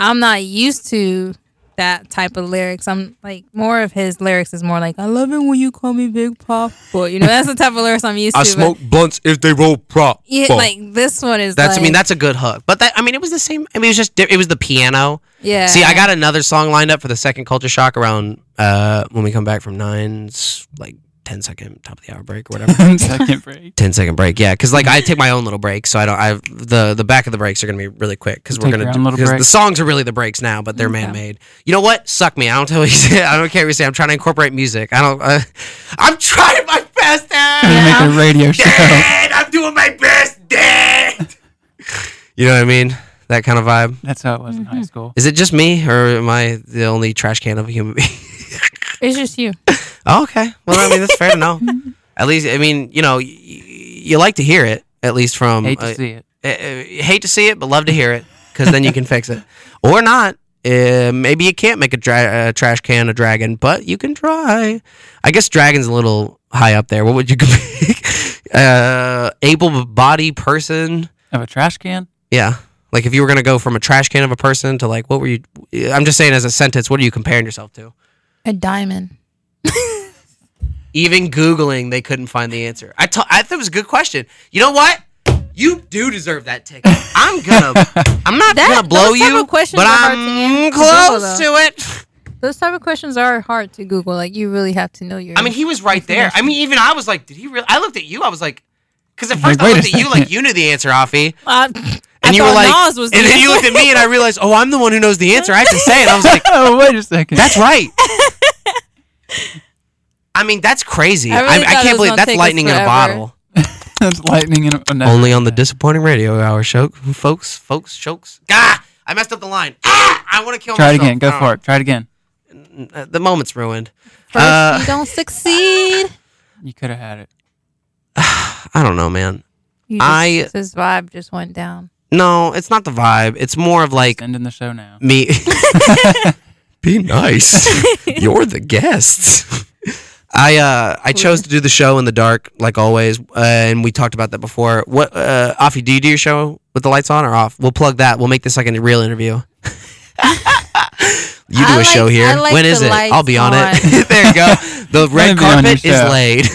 I'm not used to that type of lyrics. I'm like more of his lyrics is more like I love it when you call me Big Pop, but you know that's the type of lyrics I'm used
I
to. but-
smoke blunts if they roll prop.
yeah,
Fuck.
like this one is.
that's.
like,
I mean, that's a good hook. But that. I mean, it was the same. I mean, it was just. di- It was the piano.
Yeah.
See, I got another song lined up for the second culture shock around uh when we come back from nine's like 10 second top of the hour break or whatever.
10 second break.
10 second break. Yeah, because like I take my own little break, so I don't. I the the back of the breaks are gonna be really quick because
You
we're
take your
gonna do,
own little
'cause the
breaks.
songs are really the breaks now, but they're man made. You know what? Suck me. I don't tell you. Say, I don't care what you say. I'm trying to incorporate music. I don't. Uh, I'm trying my best.
Make a radio show.
Dad, I'm doing my best, Dad. you know what I mean? That kind of vibe.
That's how it was in high school.
Is it just me, or am I the only trash can of a human being?
It's just you.
Oh, okay. Well, I mean, that's fair to know. At least, I mean, you know, y- y- you like to hear it, at least from.
Hate to
uh,
see it.
uh, uh, hate to see it, but love to hear it, because then you can fix it. Or not. Uh, maybe you can't make a, dra- a trash can a dragon, but you can try. I guess dragon's a little high up there. What would you pick? uh, Able body person.
Of a trash can?
Yeah. Like if you were going to go from a trash can of a person to like, what were you? I'm just saying, as a sentence, what are you comparing yourself to?
a diamond.
Even Googling, they couldn't find the answer. I to- I thought it was a good question. You know what? You do deserve that ticket. I'm gonna. I'm not
That-
gonna blow
those type
you,
of questions
but
are hard to
I'm
answer,
close to
though.
it.
Those type of questions are hard to Google. Like you really have to know your.
I mean, he was right there. I mean, even I was like, did he really? I looked at you. I was like, because at
Like,
first
wait
I
a
looked at you like
second.
you knew the answer, Afi.
Uh,
And
I
you were
thought
like,
Nas was the
and then you
answer.
looked at me, and I realized, oh, I'm the one who knows the answer. I have to say it. I was like,
oh, wait a second.
That's right. I mean, that's crazy.
I
I,
really
I
thought it
can't
was
believe
gonna
that's
take us
lightning in a
forever.
bottle.
That's lightning in a. oh, no.
Only on the disappointing radio hour, show, folks, folks, chokes. Gah! I messed up the line. Ah! I want to kill
Try it
myself. Oh.
again. Go for it. Try it again.
it. uh, The moment's ruined.
First,
Uh,
you don't succeed.
You could have had it.
I don't know, man.
You just,
I
this vibe just went down.
no, it's not the vibe. It's more of like
ending the show now.
Me. Be nice. You're the guest. I uh I chose to do the show in the dark, like always, uh, and we talked about that before. What uh Afi, do you do your show with the lights on or off? We'll plug that. We'll make this like a real interview. you do a
I
show
like- I
here.
like
when
the
is it? I'll be on, it.
lights
there you go. The
Let
red
me be on your
carpet is
show.
laid.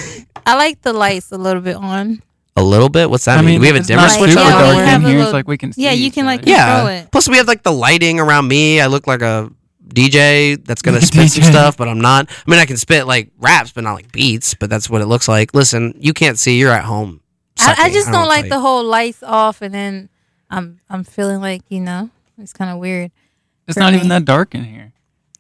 I like the lights a little bit on.
A little bit. What's that
I
mean? Do
mean,
we have a
it's
dimmer
not
switch
super
on?
dark
we
in
have a
here. It's
little-
like we can.
Yeah, you can like control
Yeah.
it.
Plus, we have like the lighting around me. I look like a DJ that's gonna spit some
DJ.
stuff, but I'm not. I mean, I can spit like raps, but not like beats. But that's what it looks like. Listen, you can't see. You're at home.
I, I
sucking.
just
I
don't,
know
like
what to
the whole lights off and then I'm I'm feeling like you know it's kind of weird.
It's
for
not
me.
even that dark in here.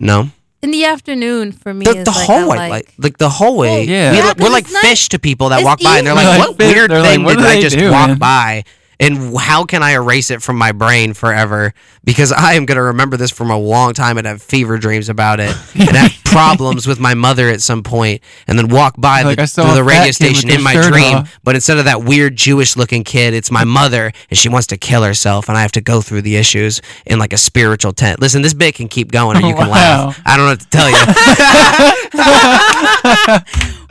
tell you. No,
in the afternoon for me.
the,
is
the
like, I
whole white
like,
light, like the hallway.
Yeah.
we
Yeah,
look,
but
we're like
it's not-
fish to people that
it's
walk by, and they're
easy.
like,
Like
"What
fish.
weird
They're like,
thing
what
did
do
I
they
just
do,
walk
man?"
by?" And how can I erase it from my brain forever? Because I am going to remember this from a long time and have fever dreams about it and have problems with my mother at some point and then walk by
Like,
the,
I saw
the
a fat
radio
kid with
station in
his
my
shirt
dream.
off.
But instead of that weird Jewish looking kid, it's my mother and she wants to kill herself and I have to go through the issues in like a spiritual tent. Listen, this bit can keep going or you can laugh. I don't know what to tell you.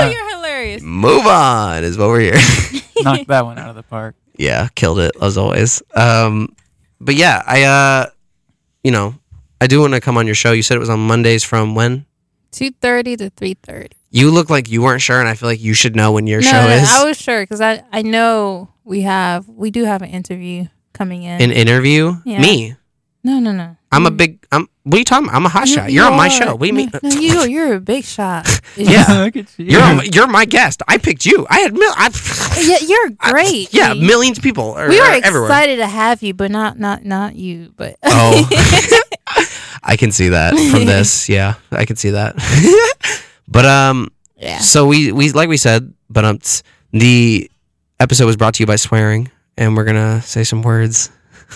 Woo, you're hilarious. hilarious.
Uh, Move on is what we're here.
Knocked that one out of the park.
yeah, killed it as always. Um, but yeah, I uh, you know, I do want to come on your show. You said it was on Mondays from when?
Two thirty to three thirty.
You look like you weren't sure, and I feel like you should know when your
no,
show
no,
is.
I was sure because I I know we have we do have an interview coming in.
An interview?
Yeah.
Me?
No, no, no.
I'm a big. I'm. What are you talking? about? I'm a hot shot. You're on my show. What do you mean?
No, you you're a big shot.
Yeah, you're on, you're my guest. I picked you. I had mil- I,
yeah, you're great.
yeah
Like,
millions of people. Are,
we were
are
excited
everywhere.
to have you, but not not not you. But
Oh. I can see that from this. Yeah, I can see that. but um,
yeah.
So we we like we said, but um, tss, the episode was brought to you by swearing, and we're gonna say some words,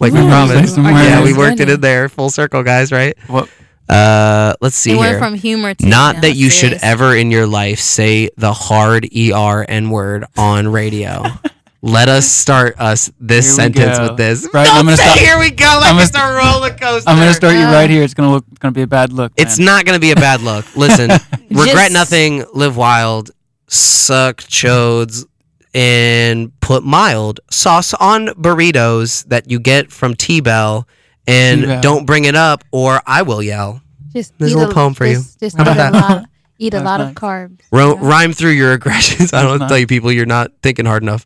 like we
Ooh.
promised.
Say some
Yeah,
words.
we worked it in there, full circle, guys. Right?
What?
Uh, let's see
It went
here.
from humor to
not
now
that you should
serious.
ever in your life say the hard er n word on radio. Let us start us this
Here we
sentence
go.
with this.
Right, I'm gonna
Don't say,
stop-
Here we go. Like
I'm gonna
it's a roller coaster.
I'm gonna start you right here. It's gonna look gonna be a bad look.
It's
man.
not going to be a bad look. Listen, regret
Just-
nothing, live wild, suck chodes, and put mild sauce on burritos that you get from T Bell, and
T-Bell.
don't bring it up or I will yell.
Just
There's
eat
a little poem for you.
just- Just
How
eat
about that?
a lot, eat a lot of carbs.
Ro- Rhyme through your aggressions. I don't
That's
tell you people you're not thinking hard enough.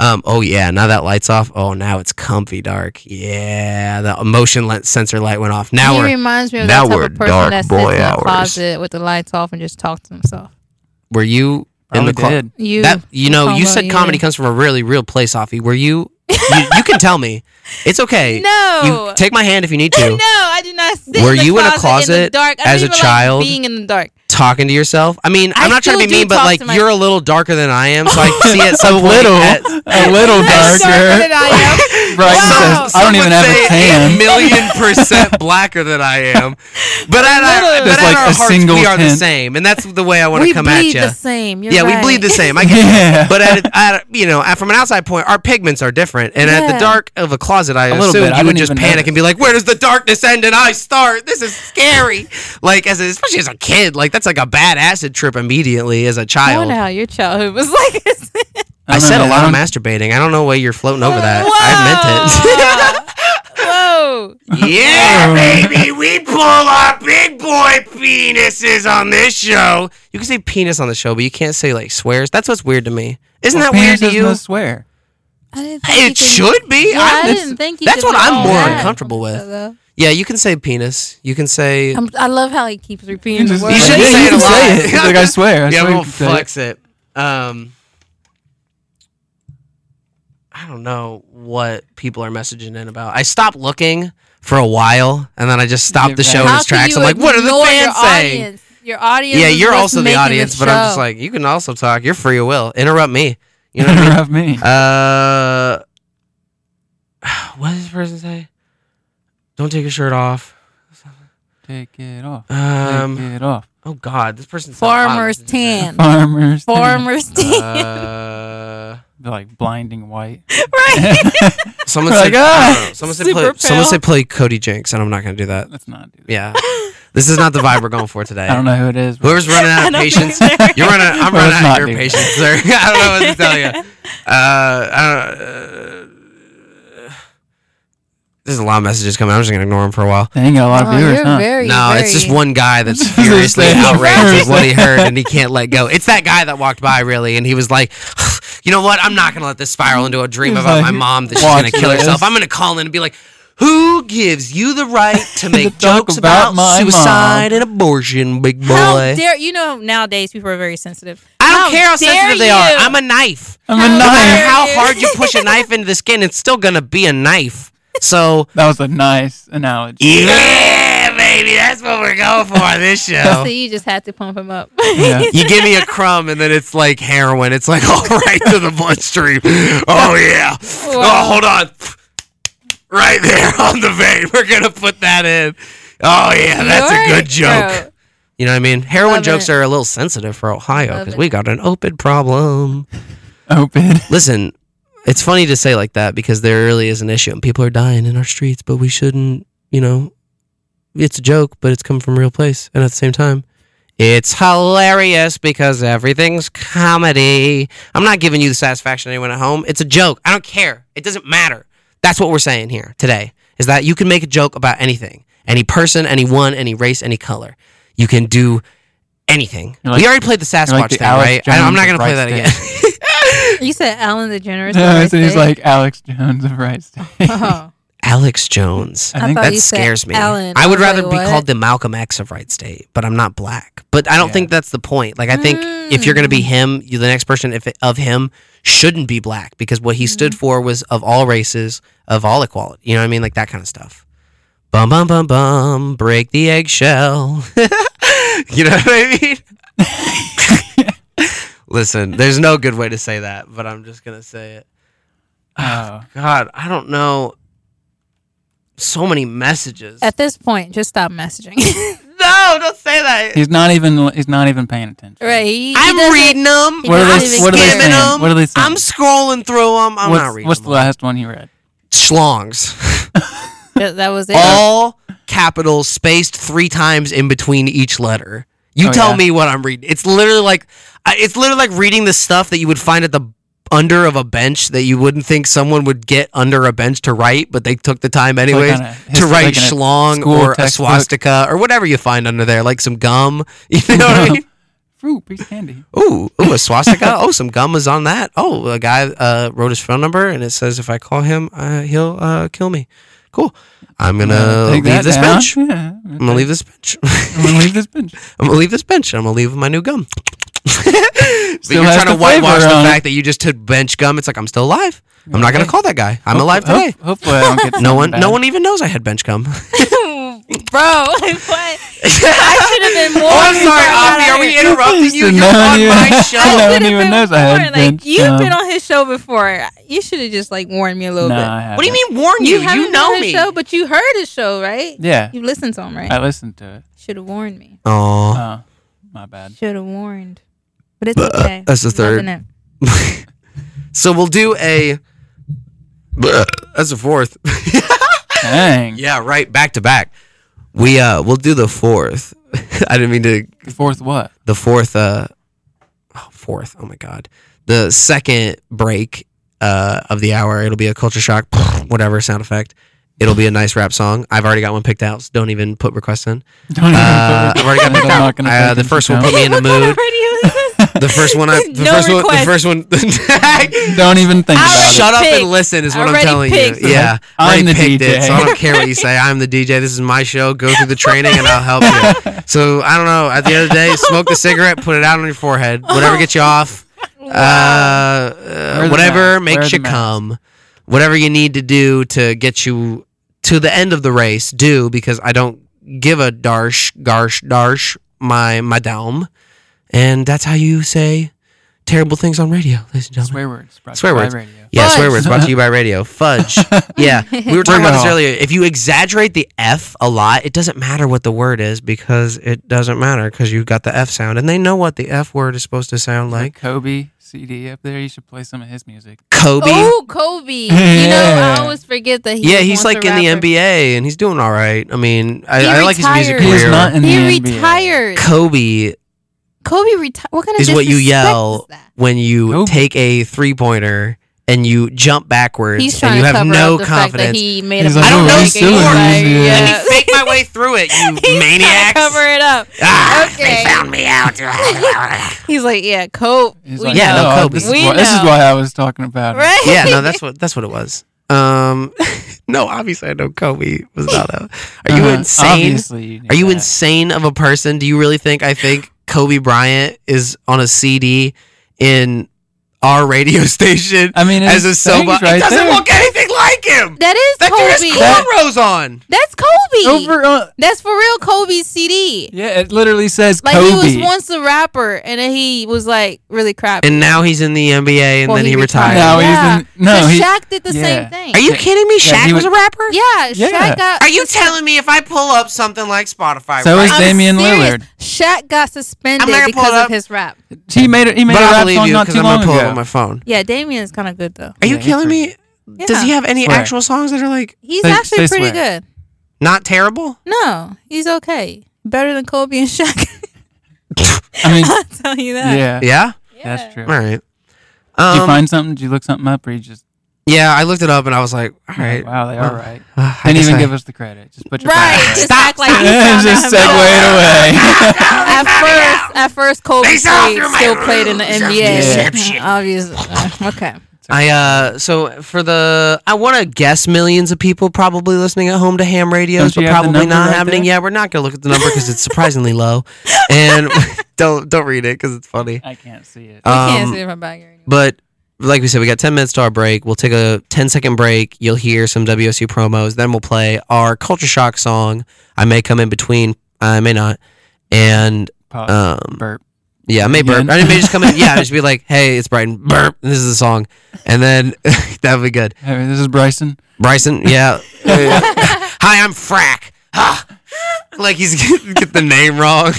Um, oh yeah, now that light's off. Oh, now it's comfy dark. Yeah, the motion le- sensor light went off. Now
he
we're
reminds me of
now
that type
we're
of person
dark
that sits
boy
in a
hours.
closet with the lights off and just talks to himself.
Were you in
Probably
the car?
did.
You-
that you know
Combo,
you said
yeah.
comedy comes from a really real place, Afi. Were you? you? You can tell me. It's okay.
No.
You take my hand if you need
no,
to.
I did not. Sit
Were
in the
you in a
closet, in the
closet
dark. I don't
as a
even like
child?
being in the dark.
Talking to yourself. I mean,
I
I'm not trying to be
still do
mean, but
talk
like
to my-
you're a little darker than I am, so I can see at some
A
point
little-
at-
a little
at-
darker. Darker than Right, he says, I don't even have a tan.
million percent blacker than I am, but at, our, but
Just
at
like
our
a
hearts,
single
we are the
tint.
same, and that's the way I want to
We
come
bleed
at
the
you.
same. You're
yeah,
right.
we bleed the same. I get
Yeah.
it. But at, at you know, at, from an outside point, our pigments are different, and at
Yeah.
the dark of a closet, I
A little
assume
bit. I
you would
didn't
just
even
panic and be like, "Where does the darkness end and I start? This is scary." like as a, especially as a kid, like that's like a bad acid trip immediately as a
I wonder
child.
how your childhood was like.
I, said a lot of masturbating. I don't know why you're floating over that. I meant it.
Whoa.
Yeah, baby, we pull our big boy penises on this show. You can say penis on the show, but you can't say like swears. That's what's weird to me. Isn't
Well,
that weird
penis
to
is
you?
no swear.
I didn't think you
It
could-
should be.
Yeah, I didn't think you
That's
could
what
do
I'm
all
more
that.
uncomfortable with.
Though.
Yeah, you can say penis. You can say.
I'm, I love how he keeps repeating the word.
you shouldn't
Yeah,
say
you
it a
can
lot.
say it. He's like, I swear, I
yeah,
swear
we
you
won't
can say
flex it. Um, I don't know what people are messaging in about. I stopped looking for a while, and then I just stopped the show in
How
its
can
tracks.
you
I'm like, what are the
ignore
fans
your
saying?
Audience? Your audience.
Yeah,
is
you're
what's
also the
making
audience, but I'm just
show.
like, oh, you can also talk. You're free will. Interrupt me. You know what I mean?
Interrupt me.
Uh, what does this person say? Don't take your shirt off.
Take it off.
Um,
Take it off.
Oh God, this person's
farmer's tan.
Farmer's tan.
Farmer's tan.
Uh,
They're like blinding white.
right.
someone
We're
said.
like,
I don't
"Ah,
know, someone said.
super
Play, someone
pale."
said play Cody Jinks, and I'm not gonna do that.
Let's not do that.
Yeah, this is not the vibe we're going for today.
I don't know who it is. but-
Whoever's running out of
I don't
patience,
either.
you're running. I'm
Well,
running
let's
out
not
of your
do that.
patience, sir. I don't know what to tell you. Uh, I don't, uh, there's a lot of messages coming. I'm just gonna ignore them for a while.
Dang, you got a lot of
Oh,
viewers,
you're
huh?
very,
No,
very
it's just one guy that's furiously
Just saying.
outraged at what he
Right.
heard and he can't let go. It's that guy that walked by really and he was like, you know what? I'm not gonna let this spiral into a dream
He's
about my
like,
mom that she's
watch
gonna kill
this.
herself. I'm gonna call in and be like, who gives you the right to make
talk
jokes
about
about,
my
suicide and abortion, big boy?
How dare you know nowadays people are very sensitive.
I don't care how
dare
sensitive they are.
you.
I'm a knife.
I'm a
No matter
knife.
how hard you push a knife into the skin, it's still gonna be a knife. So
That was a nice analogy.
yeah, baby, that's what we're going for on this show.
So you just had to pump him up.
Yeah.
you give me a crumb and then it's like heroin. It's like all right to the bloodstream. Oh yeah.
Wow.
Oh hold on. Right there on the vein. We're gonna put that in. Oh yeah, that's a
You're-
good joke.
bro.
You know what I mean? Heroin
Love
jokes
it.
are a little sensitive for Ohio
Love
because
it.
we got an open problem.
Open.
Listen, it's funny to say like that because there really is an issue and people are dying in our streets, but we shouldn't, you know, it's a joke, but it's come from a real place. And at the same time, It's hilarious because everything's comedy. I'm not giving you the satisfaction anyone at home. It's a joke. I don't care. It doesn't matter. That's what we're saying here today is that you can make a joke about anything, any person, anyone, any race, any color. You can do anything.
You're like-
we already played the
you're
Sasquatch
like the
thing,
Alex
right? I- I'm
Jones
not
of
going to play that
Wright
again.
You said Alan the Generous.
Yeah,
right
so he's
there.
like Alex Jones of Wright State.
Oh.
Alex Jones.
I I think- thought
that
you said
scares me.
Alan.
I
I
would
was
rather
like,
be
what?
called the Malcolm X of Wright State, but I'm not black. But I don't think that's the point. Like I think if you're going to be
Hmm.
him, you the next person if, of him shouldn't be black because what he
Hmm.
stood for was of all races, of all equality. You know what I mean? Like that kind of stuff. Bum bum bum bum. Break the eggshell. you know what I mean? Listen, there's no good way to say that, but I'm just gonna say it.
Oh.
God, I don't know. So many messages.
At this point, just stop messaging.
no, don't say that.
He's not even. He's not even paying attention.
Right? he- he
I'm
doesn't-
reading them.
What are they? What are they saying? What are they saying?
I'm scrolling through them. I'm
what's,
not reading.
What's the last one you read?
Schlongs.
That that was it.
All capitals spaced three times in between each letter. You
Oh,
tell
yeah.
me what I'm reading. It's literally like I- it's literally like reading the stuff that you would find at the under of a bench that you wouldn't think someone would get under a bench to write, but they took the time
Like
anyways
on a
to
hist-
write
like in a
schlong
school
or a
textbook.
swastika or whatever you find under there, like some gum. You know what I mean?
Fruit, piece of candy.
Ooh, ooh, a swastika. oh, some gum is on that. Oh, a guy uh, wrote his phone number, and it says if I call him, uh, he'll uh, kill me. Cool. I'm gonna
Yeah, take
leave
that
this
down.
bench.
Yeah,
I'm gonna leave this bench. I'm
gonna leave this bench.
I'm gonna leave this bench. I'm gonna leave my new gum. but
Still
you're
has
trying to
the flavor
whitewash the
on it.
fact that you just took bench gum. It's like I'm still alive. I'm not gonna call that guy. I'm
Hope-
alive
hope-
today.
hopefully I don't get
no one.
something
No
bad.
one even knows I had bench gum.
Bro, what? I should have been more.
Oh, I'm sorry, Avi,
concerned about
are we
it.
interrupting you?
So
You're
no one
on
even-
my show.
no one
Should've
even
been
knows I had
warned.
bench
Like you've
gum.
been on his show before. You should have just like warned me a little
No,
bit.
I
What do you mean warn you? You
haven't been
know
on his
me.
Show, but you heard his show, right?
Yeah.
You listened to him, right?
I listened to it.
Should have warned me.
Oh,
Uh,
Oh, my bad.
Should have warned. But it's okay.
uh, that's the third.
Loving it.
so we'll do a. That's the fourth.
Dang.
Yeah, right. Back to back. We uh, we'll do the fourth. I didn't mean to.
The fourth what?
The fourth uh, oh, fourth. Oh my god. The second break uh of the hour. It'll be a culture shock. Whatever sound effect. It'll be a nice rap song. I've already got one picked out. So don't even put requests in.
Don't even put
Uh,
requests
I've already got
in.
picked
I'm not
out.
gonna
Uh,
put
the
them
first
down.
one put me in a mood. The first one I the
No
first one the
request.
first one
Don't even think about
Shut
it.
up and listen is what I'm
Already
telling
picked.
you. Yeah.
I'm
already
the
picked it,
DJ.
so I don't care what you say. I'm the DJ. This is my show. Go through the training and I'll help you. So I don't know. At the end of the day, smoke the cigarette, put it out on your forehead. Whatever gets you off. Uh,
Wear
uh,
the
whatever
mask. Wear
makes
the
you
mask.
come. Whatever you need to do to get you to the end of the race, do because I don't give a darsh, garsh, darsh, my my daum. And that's how you say terrible things on radio, ladies and gentlemen.
Swear words. brought to
Swear
you by
words.
radio.
Yeah, swear words brought to you by radio. Fudge. yeah. We were talking
Bring it
about this
on.
earlier. If you exaggerate the F a lot, it doesn't matter what the word is because it doesn't matter because you've got the F sound and they know what the F word is supposed to sound like.
Kobe CD up there. You should play some of his music.
Kobe.
Oh, Kobe. You know,
Yeah.
I always forget that he.
yeah,
was
he's
once
like
a
in the
rapper.
NBA and he's doing all right. I mean, I,
He
I like his music
retired.
career.
He's not in the
He
NBA.
retired.
Kobe
Kobe retired. What kind of
is what you
disrespect
yell when you take a three pointer and you jump backwards
He's
and
trying
you
to
have
cover
no
up the fact that
confidence.
he made a
He's like,
"Oh,
I don't
mistake
know
and he's
Let
like,
me
yeah.
fake my way through it, you
Trying to
maniacs.
cover it up.
Ah,
okay.
They found me out. yeah,
He's like, yeah, Kobe.
He's
we
like,
know.
"Oh,
no, Kobe.
This is,
We
why, this is
know.
why I was talking about it.
Right?
no, that's what that's what it was. Um, no, obviously I know Kobe was not. A, are you
Uh-huh.
insane?
Obviously you knew
are you
that.
insane of a person? Do you really think I think Kobe Bryant is on a CD in our radio station?
I mean,
as
it
a soba,
sings right
it doesn't
there.
look anything like him.
That is
That dude has
Kobe.
cornrows on.
That's Kobe.
uh,
That's for real Kobe's CD.
Yeah, it literally says
Like
Kobe.
he was once a rapper and then he was like really crap.
And now he's in the NBA, and
Well,
then
he
he retired.
No,
Yeah.
he's in, no,
But
he,
Shaq did the
yeah.
same thing.
Are you kidding me?
Yeah,
Shaq
he
was a
was-
rapper.
Yeah,
Yeah.
Shaq got.
Are you telling me if I pull up something like Spotify?
So
right
is
now-
Damian Lillard.
Shaq got suspended
I'm not gonna pull it
because
up.
of his rap.
He made it. He made
But
a
I
rap
believe
song
you
not
because
too
I'm gonna
long
pull it
ago.
up on my phone.
Yeah, Damien is kind of good though.
Are you
Yeah, he's
kidding me? Does he
Yeah.
have any
Swear.
actual songs that are like
He's
Say-
actually
say
pretty
swear.
good.
not terrible?
No, he's okay. Better than Kobe and Shaq.
I mean,
I'll tell you that.
Yeah.
Yeah?
That's true.
All right.
Did you
Um,
find something? Did you look something up, or you just?
Yeah, I looked it up and I was like, all right.
Wow, they are
well,
right.
I
Didn't
guess
even
I-
give us the credit. Just put your
Right,
back.
just act like you found
just
out
segue it away.
At first, at first, Kobe
They saw
Slade
through my
still played in the
ruse of
NBA.
deception.
Obviously, okay.
I uh so for the I want to guess millions of people probably listening at home to ham radios,
Don't you
but
have the
probably
number
not
right
happening
there?
yet. We're not gonna look at the number because it's surprisingly low, and don't don't read it because it's funny.
I can't see it.
I can't see it from back here
Um, But like we said, we got 10 minutes to our break. We'll take a 10 second break. You'll hear some WSU promos. Then we'll play our Culture Shock song. I may come in between. I may not. And
Pause.
um,
burp.
Yeah, I may burp.
Again.
I may just come in. Yeah, just be like, hey, it's Brighton. Burp. and This is the song. And then that would be good.
Hey, this is Bryson.
Bryson. Yeah. Hi, I'm Frack. Ah. like he's get the name wrong.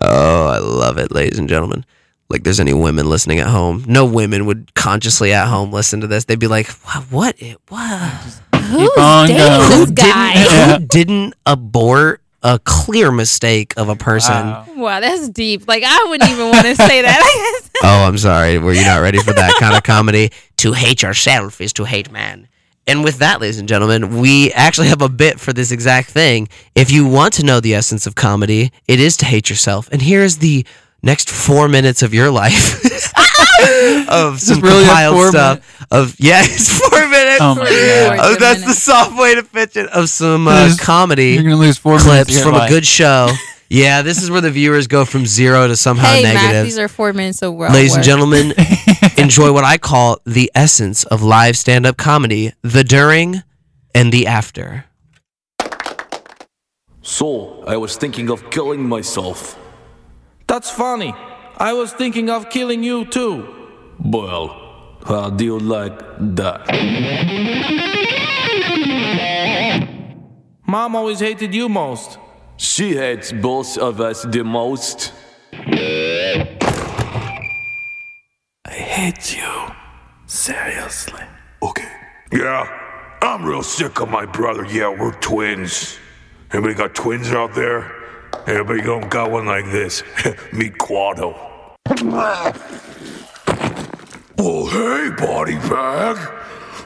Oh, I love it, ladies and gentlemen. Like, there's any women listening at home? No women would consciously at home listen to this. They'd be like, "Wha- "What? It,
Who's
on
dating
going.
this
Who
guy?
didn't, who didn't abort a clear mistake of a person?"
Wow, that's deep. Like I wouldn't even want to say that.
Oh, I'm sorry. Were you not ready for that kind of comedy? To hate yourself is to hate man. And with that, ladies and gentlemen, we actually have a bit for this exact thing. If you want to know the essence of comedy, it is to hate yourself. And here is the next four minutes of your life of some
really a
compiled
four
stuff. Of yeah, it's four minutes.
Oh my God.
Oh, that's the soft way to pitch it. Of some uh,
This-
comedy
you're gonna lose four minutes of
clips
your
from
life.
a good show. yeah, this is where the viewers go from zero to somehow
hey,
negative.
Mac, these are four minutes of world.
Ladies and
work.
gentlemen, enjoy what I call the essence of live stand up comedy the during and the after.
So, I was thinking of killing myself.
That's funny. I was thinking of killing you too.
Well, how do you like that?
Mom always hated you most.
She hates both of us the most.
I hate you. Seriously.
Yeah, I'm real sick of my brother. Yeah, we're twins. Anybody got twins out there? Anybody don't got one like this? Meet Quado. Well, hey, body bag.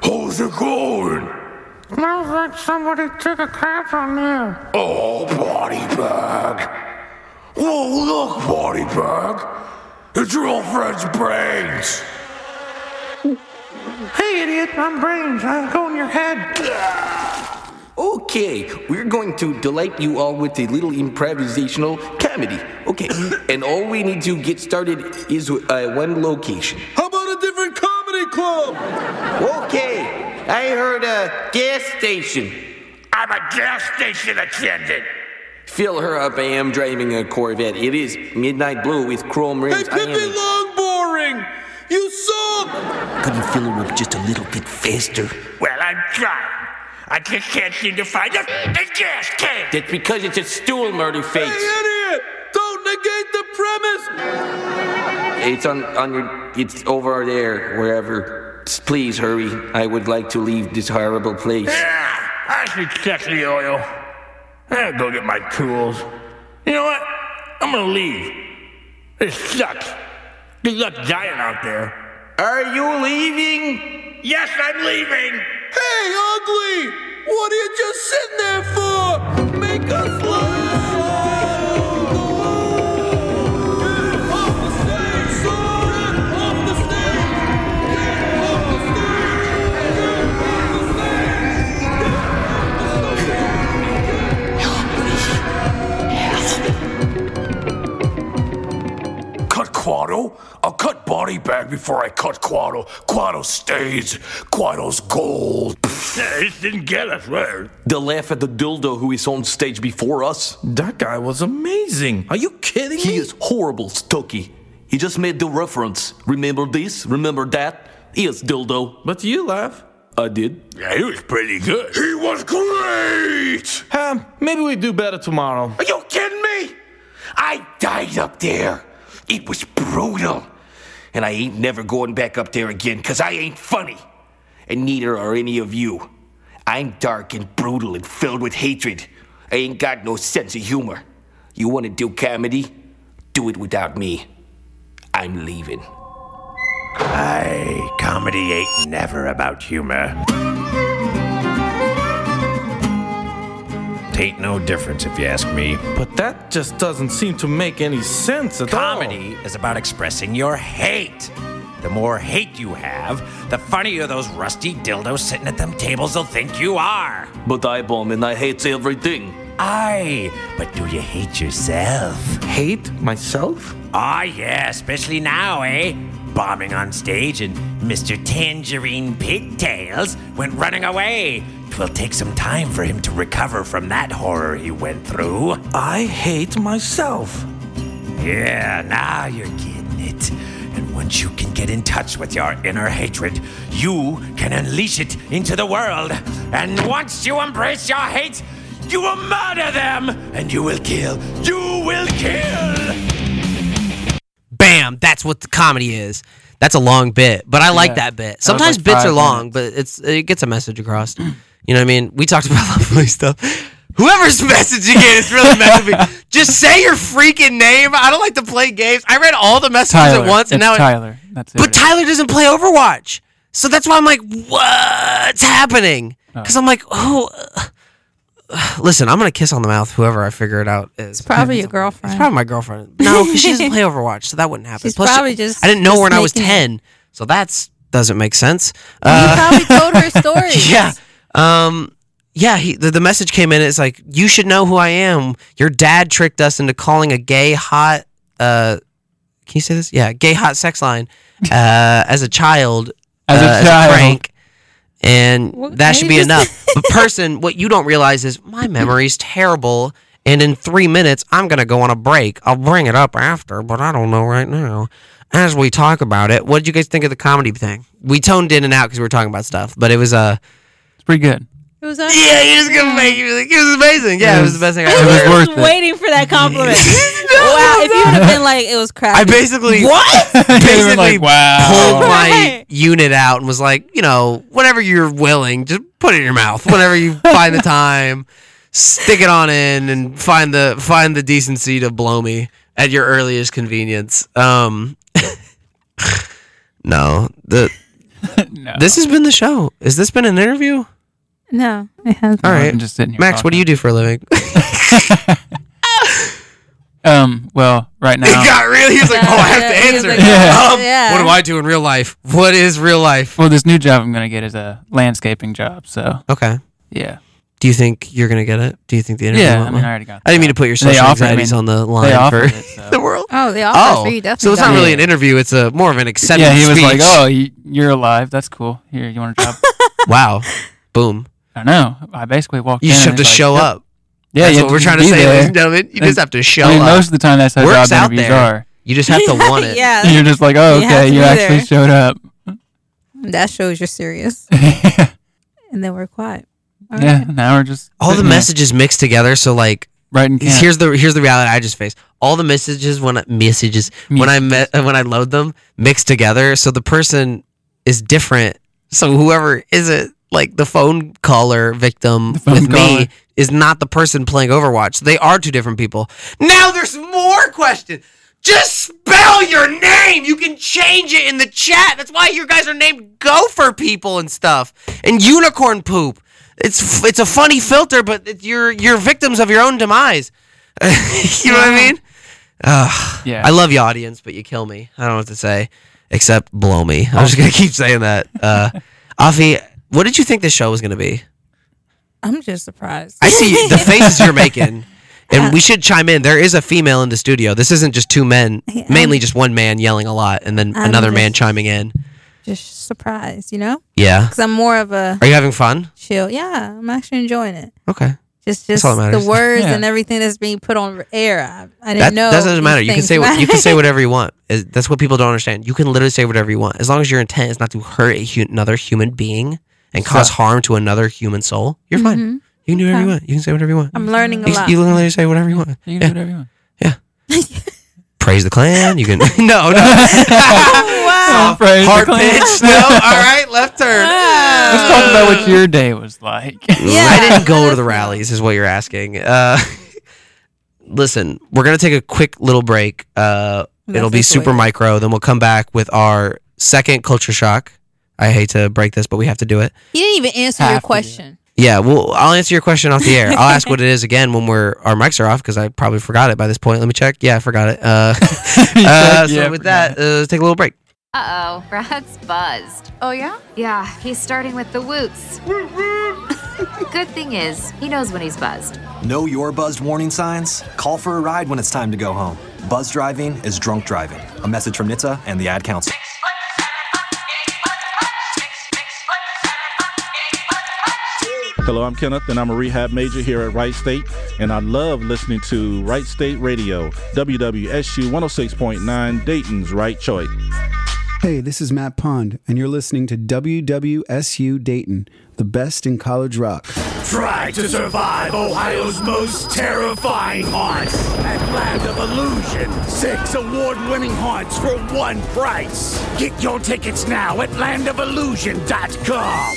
How's it going?
Smells like somebody took a crap on you.
Oh, body bag. Whoa, look, body bag. It's your old friend's brains.
Hey, idiot, I'm brains. I go in your head.
Okay, we're going to delight you all with a little improvisational comedy. Okay, and all we need to get started is uh, one location.
How about a different comedy club?
Okay, I heard uh, a gas station.
I'm a gas station attendant.
Fill her up. I am driving a Corvette. It is midnight blue with chrome rims. I am a-
Long boring. You suck.
Could you fill her up just a little bit faster?
Well, I'm trying. I just can't seem to find the f***ing gas can.
That's because it's a stool murder face.
Idiot. Don't negate the premise.
It's on on your. It's over there, wherever. S- Please hurry. I would like to leave this horrible place.
I should check the oil. I'll go get my tools. You know what? I'm gonna leave. This sucks. Good luck dying out there.
Are you leaving?
Yes, I'm leaving.
Hey, ugly. What are you just sitting there for? Make us laugh.
Cut Quado? I'll cut body bag before I cut Quado. Quado stays. Quado's gold. this didn't get us there.
The laugh at the dildo who is on stage before us.
That guy was amazing. Are you kidding
he me? He is horrible, Stokey. He just made the reference. Remember this? Remember that? He is dildo.
But you laugh.
I did.
Yeah, he was pretty good. He was great.
Ham, maybe we do better tomorrow.
Are you kidding me? I died up there. It was brutal.
And I ain't never going back up there again, cause I ain't funny. And neither are any of you. I'm dark and brutal and filled with hatred. I ain't got no sense of humor. You want to do comedy? Do it without me. I'm leaving.
Aye, comedy ain't never about humor. Tain't no difference if you ask me.
But that just doesn't seem to make any sense at all.
Comedy is about expressing your hate. The more hate you have, the funnier those rusty dildos sitting at them tables will think you are.
But I bomb and I hate everything.
Aye, but do you hate yourself?
Hate myself?
Ah, yeah, especially now, eh? Bombing on stage and Mr. Tangerine Pigtails went running away. 'Twill take some time for him to recover from that horror he went through.
I hate myself.
Yeah, now you're getting it. And once you can get in touch with your inner hatred, you can unleash it into the world. And once you embrace your hate, you will murder them and you will kill. You will kill!
Bam! That's what the comedy is. That's a long bit, but I like
Yeah.
that bit.
That was
Sometimes
like
bits
five
are long, but it's it gets a message across. you know what I mean? We talked about lovely stuff. Whoever's messaging it is really messing me. Just say your freaking name. I don't like to play games. I read all the messages
Tyler.
at once, and
It's
now it-
Tyler. That's it.
but Tyler doesn't play Overwatch, so that's why I'm like, what's happening? Because I'm like, oh. uh, Listen, I'm gonna kiss on the mouth whoever I figure it out is. It's
Probably your girlfriend.
probably my girlfriend. No, 'cause she doesn't play Overwatch, so that wouldn't happen.
She's
Plus,
probably
she-
just-
I didn't know her
just
when I was
making it.
ten, so that's doesn't make sense. Uh,
you probably told her stories.
yeah. Um, yeah, he, the, the message came in. It's like, you should know who I am. Your dad tricked us into calling a gay, hot, uh, can you say this? Yeah, gay, hot sex line uh, as a child.
As a
uh,
child.
prank. And
Well,
that should
maybe
be
just-
enough. but, person, what you don't realize is my memory's terrible. And in three minutes, I'm going to go on a break. I'll bring it up after, but I don't know right now. As we talk about it, what did you guys think of the comedy thing? We toned in and out because we were talking about stuff, but it was uh, it's
pretty good.
It was yeah,
you're just gonna make me like, it was amazing. Yeah, it was the best thing I ever heard.
I was waiting for that compliment. wow, if you would have been like, it was crap.
I basically
what?
basically
wow.
pulled my unit out and was like, you know, whatever you're willing, just put it in your mouth. Whenever you find the time, stick it on in and find the find the decency to blow me at your earliest convenience. Um No. The This has been the show. Has this been an interview?
No, it has.
All right. Max, what do you do for a living?
Um, well, right now.
It got really. He was like, "Oh, I have to answer."
Yeah.
Um,
Yeah.
What do I do in real life? What is real life?
Well, this new job I'm gonna get is a landscaping job. So
Okay.
yeah,
Do you think you're gonna get it? Do you think the interview?
yeah. I
went
mean,
well?
I already got.
I didn't
the
mean to put your
job. They
social
offered- I
anxieties
mean,
on the
they
line for
offered it, so-
the world.
Oh, the office.
Oh,
you definitely
so it's not
got
really
it.
an interview. It's a more of an acceptance.
yeah, he was like,
speech.
"Oh, you- you're alive. That's cool. Here, you want a job?"
wow, boom."
I know. I basically walked.
You
in
just
and
have to
it's like,
show
yep.
up.
Yeah,
That's
you
what
have
we're
to
trying to
be
say,
there.
ladies and gentlemen. You
And-
just have to show
I mean,
up.
Most of the time, that's how
Work's
job
out
interviews
there.
are.
You just have to want it.
Yeah.
You're just like, "Oh,
You have
okay,
to
you
be
actually
there.
showed up."
That shows you're serious. and then we're quiet. All
Yeah.
right.
Now we're just
all the
sitting there.
messages mixed together. So like,
right? And
here's the here's the reality I just faced. All the messages when I, messages when I met when I load them mixed together. So the person is different. So whoever is it, like the phone caller victim with
caller.
me, is not the person playing Overwatch. they are two different people. Now there's more questions. Just spell your name. You can change it in the chat. That's why you guys are named Gopher people and stuff and unicorn poop. It's it's a funny filter, but it, you're you're victims of your own demise. you know what I mean? Ugh.
Yeah.
I love you, audience, but you kill me. I don't know what to say except blow me. I'm just gonna keep saying that. Uh, Afi, what did you think this show was gonna be?
I'm just surprised.
I see the faces you're making. And we should chime in. There is a female in the studio. This isn't just two men, mainly just one man yelling a lot and then
I'm
another man
just-
chiming in.
Just surprised, you know?
Yeah.
Because I'm more of a
Are you having fun?
chill. Yeah, I'm actually enjoying it.
Okay.
Just,
That's
just
all that
the
matters.
words
Yeah.
and everything that's being put on air. I, I didn't
That,
know.
that doesn't
these
matter. You can
things
say what, you can say
mattered.
whatever you want. Is- That's what people don't understand. You can literally say whatever you want as long as your intent is not to hurt a hu- another human being and cause
Stop.
harm to another human soul. You're fine.
Mhm.
You can do whatever you
Okay.
want. You can say whatever you want.
I'm learning a
You-
lot.
You can literally say whatever you want.
You can
Yeah.
do whatever you want.
praise the clan. You can no, no. Oh,
Oh,
wow.
praise the
Hard
clan.
pitch. No. All right, left turn.
Let's talk about what your day was like.
I didn't go to the rallies, is what you're asking. Uh, listen, we're gonna take a quick little break. Uh,
That's
it'll be
like the way
super
it is.
micro. Then we'll come back with our second culture shock. I hate to break this, but we have to do it.
He didn't even answer your
Half
question.
Yeah, well, I'll answer your question off the air. I'll ask what it is again when we're our mics are off because I probably forgot it by this point. Let me check. Yeah, I forgot it. Uh, uh, so
Yeah,
with that, uh, let's take a little break.
Uh oh, Brad's buzzed. Oh, yeah? Yeah, he's starting with the woots. Good thing is, he knows when he's buzzed.
Know your buzzed warning signs? Call for a ride when it's time to go home. Buzz driving is drunk driving. A message from NHTSA and the Ad Council.
Hello, I'm Kenneth, and I'm a rehab major here at Wright State, and I love listening to Wright State Radio, WWSU 106.9, Dayton's Right Choice.
Hey, this is Matt Pond, and you're listening to WWSU Dayton, the best in college rock.
Try to survive Ohio's most terrifying haunts at Land of Illusion. Six award-winning haunts for one price. Get your tickets now at landofillusion.com.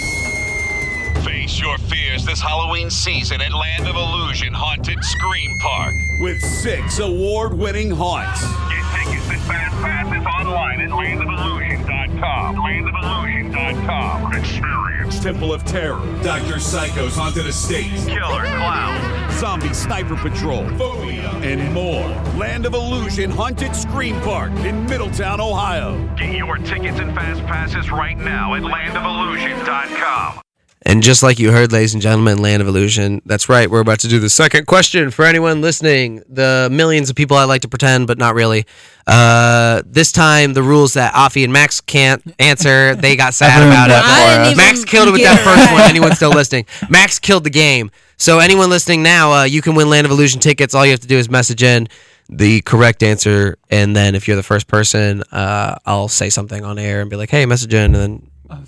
Face your fears this Halloween season at Land of Illusion Haunted Scream Park.
With six award-winning haunts.
Get tickets as fast passes online at landofillusion.com. Landofillusion.com.
Experience Temple of Terror, Dr. Psycho's Haunted Estate, Killer Clown, Zombie Sniper Patrol, Phobia, and more. Land of Illusion Haunted Scream Park in Middletown, Ohio.
Get your tickets and fast passes right now at landofillusion.com.
And just like you heard, ladies and gentlemen, Land of Illusion. That's right. We're about to do the second question for anyone listening. The millions of people I like to pretend, but not really. Uh, this time, the rules that Afi and Max can't answer. They got sad
ruined
about
that I for didn't us.
it.
even
Max killed it with
get
that
it
first one.
right.
Anyone still listening? Max killed the game. So anyone listening now, uh, you can win Land of Illusion tickets. All you have to do is message in the correct answer, and then if you're the first person, uh, I'll say something on air and be like, "Hey, message in," and then.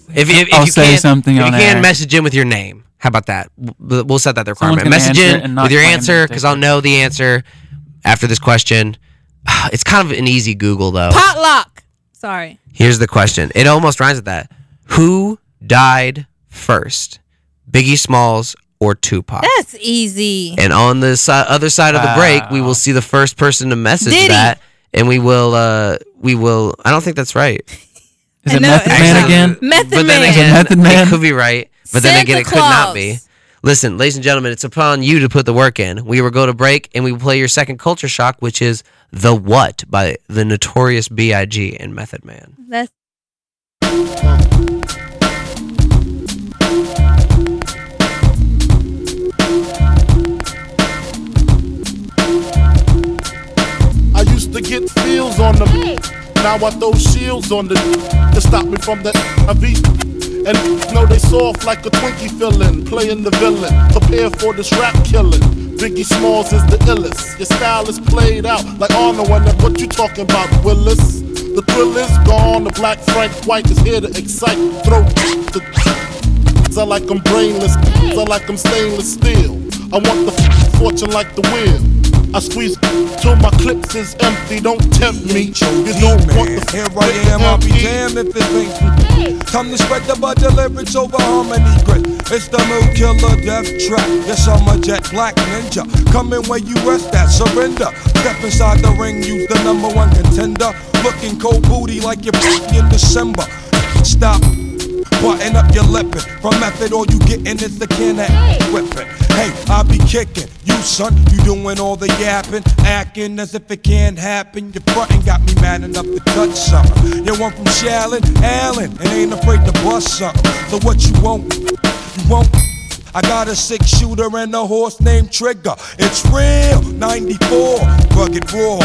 If, if, if
I'll
you
say
can't,
something
if
on
you can't
air.
message in with your name. How about that? We'll we'll set that the
Someone's
requirement.
gonna
Message
answer it
in
and not
with your
claim
answer
it.
because I'll know the answer after this question. It's kind of an easy Google though.
Potluck. Sorry.
Here's the question. It almost rhymes with that. Who died first, Biggie Smalls or Tupac?
That's easy.
And on the si- other side of the break, we will see the first person to message
Diddy.
that, and we will. Uh, we will. I don't think that's right.
Is it Method Man again?
Method
but then
Man.
again,
Method
It could be right, but then
Santa
again, it could not be. Listen, ladies and gentlemen, it's upon you to put the work in. We will go to break, and we will play your second culture shock, which is the What by the Notorious B.I.G. and Method Man.
That's
I used to get feels on the Now I throw shields on the to stop me from that IV. And know they soft like a Twinkie filling, playing the villain. Prepare for this rap killing. Biggie Smalls is the illest. Your style is played out like Arnold and that what you talking about, Willis? The thrill is gone. The black Frank White is here to excite. Throw the I like I'm brainless. I like I'm stainless steel. I want the fortune like the wheel. I squeeze till my clips is empty. Don't tempt me. You don't want the
Here I am, I'll be damned if it ain't Time to spread the butter lyrics over harmony grit. It's the new killer death trap. Yes, I'm a jet black ninja. Come in where you rest at, surrender. Step inside the ring, use the number one contender. Looking cold booty like you're in December. Stop Button up your lippin' From method, all you gettin' is the can of whippin' Hey, I be kickin' You son, you doin' all the yappin' Actin' as if it can't happen Your frontin' got me mad enough to touch somethin' You want from Shallon, Allen And ain't afraid to bust somethin' So what you want? You want I got a six shooter and a horse named Trigger. It's real, 94, rugged raw,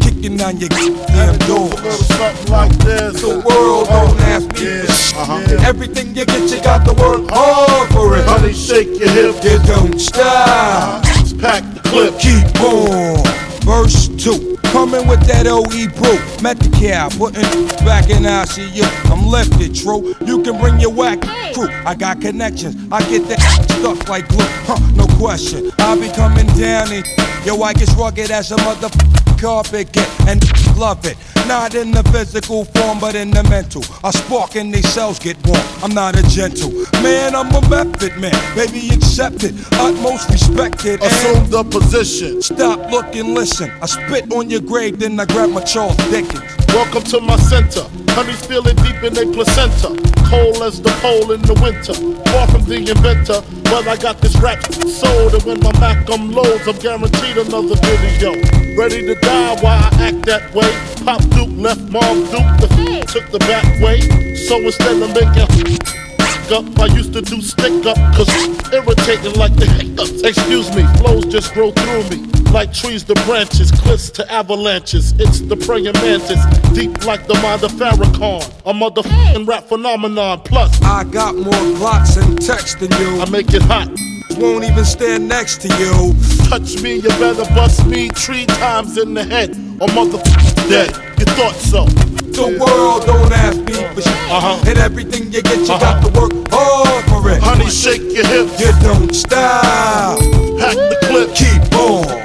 kicking on your damn doors.
Something like this.
The world don't ask me for shit. Everything you get, you got to work hard for it.
Honey, shake your hip.
You don't stop.
Pack the clip.
Keep on. Verse 2. Coming with that OE brew. Met the cow, putting back in ICU. I'm lifted, true. You can bring your whack crew. I got connections. I get that stuff like glue. Huh, no question. I'll be coming down and yo, I get rugged as a mother carpet get and love it. Not in the physical form, but in the mental. I spark and they cells get warm. I'm not a gentle man, I'm a method man. Baby, accepted, utmost respected. Assume
the position.
Stop, look, and listen. I spit on your grave, then I grab my Charles Dickens.
Welcome to my center. Honey's feeling deep in their placenta. Cold as the pole in the winter. Far from the inventor. Well, I got this rap sold. And when my Mac um loads, I'm guaranteed another video. Ready to die while I act that way. Pop Duke left Mom Duke. The f- took the back way. So instead of making f- up, I used to do stick up. Cause irritating like the hiccups. Excuse me, flows just grow through me. Like trees to branches, cliffs to avalanches. It's the praying mantis, deep like the mind of Farrakhan. A motherfucking rap phenomenon. Plus,
I got more blocks and text than you. I
make it hot.
Won't even stand next to you.
Touch me, you better bust me three times in the head. Or motherfucking dead. You thought so.
The world don't ask me for shit. Uh-huh. And everything you get, you got to work hard for it.
Uh-huh. Honey, shake your hips.
You don't stop.
Hack the clip. Uh-huh.
Keep on.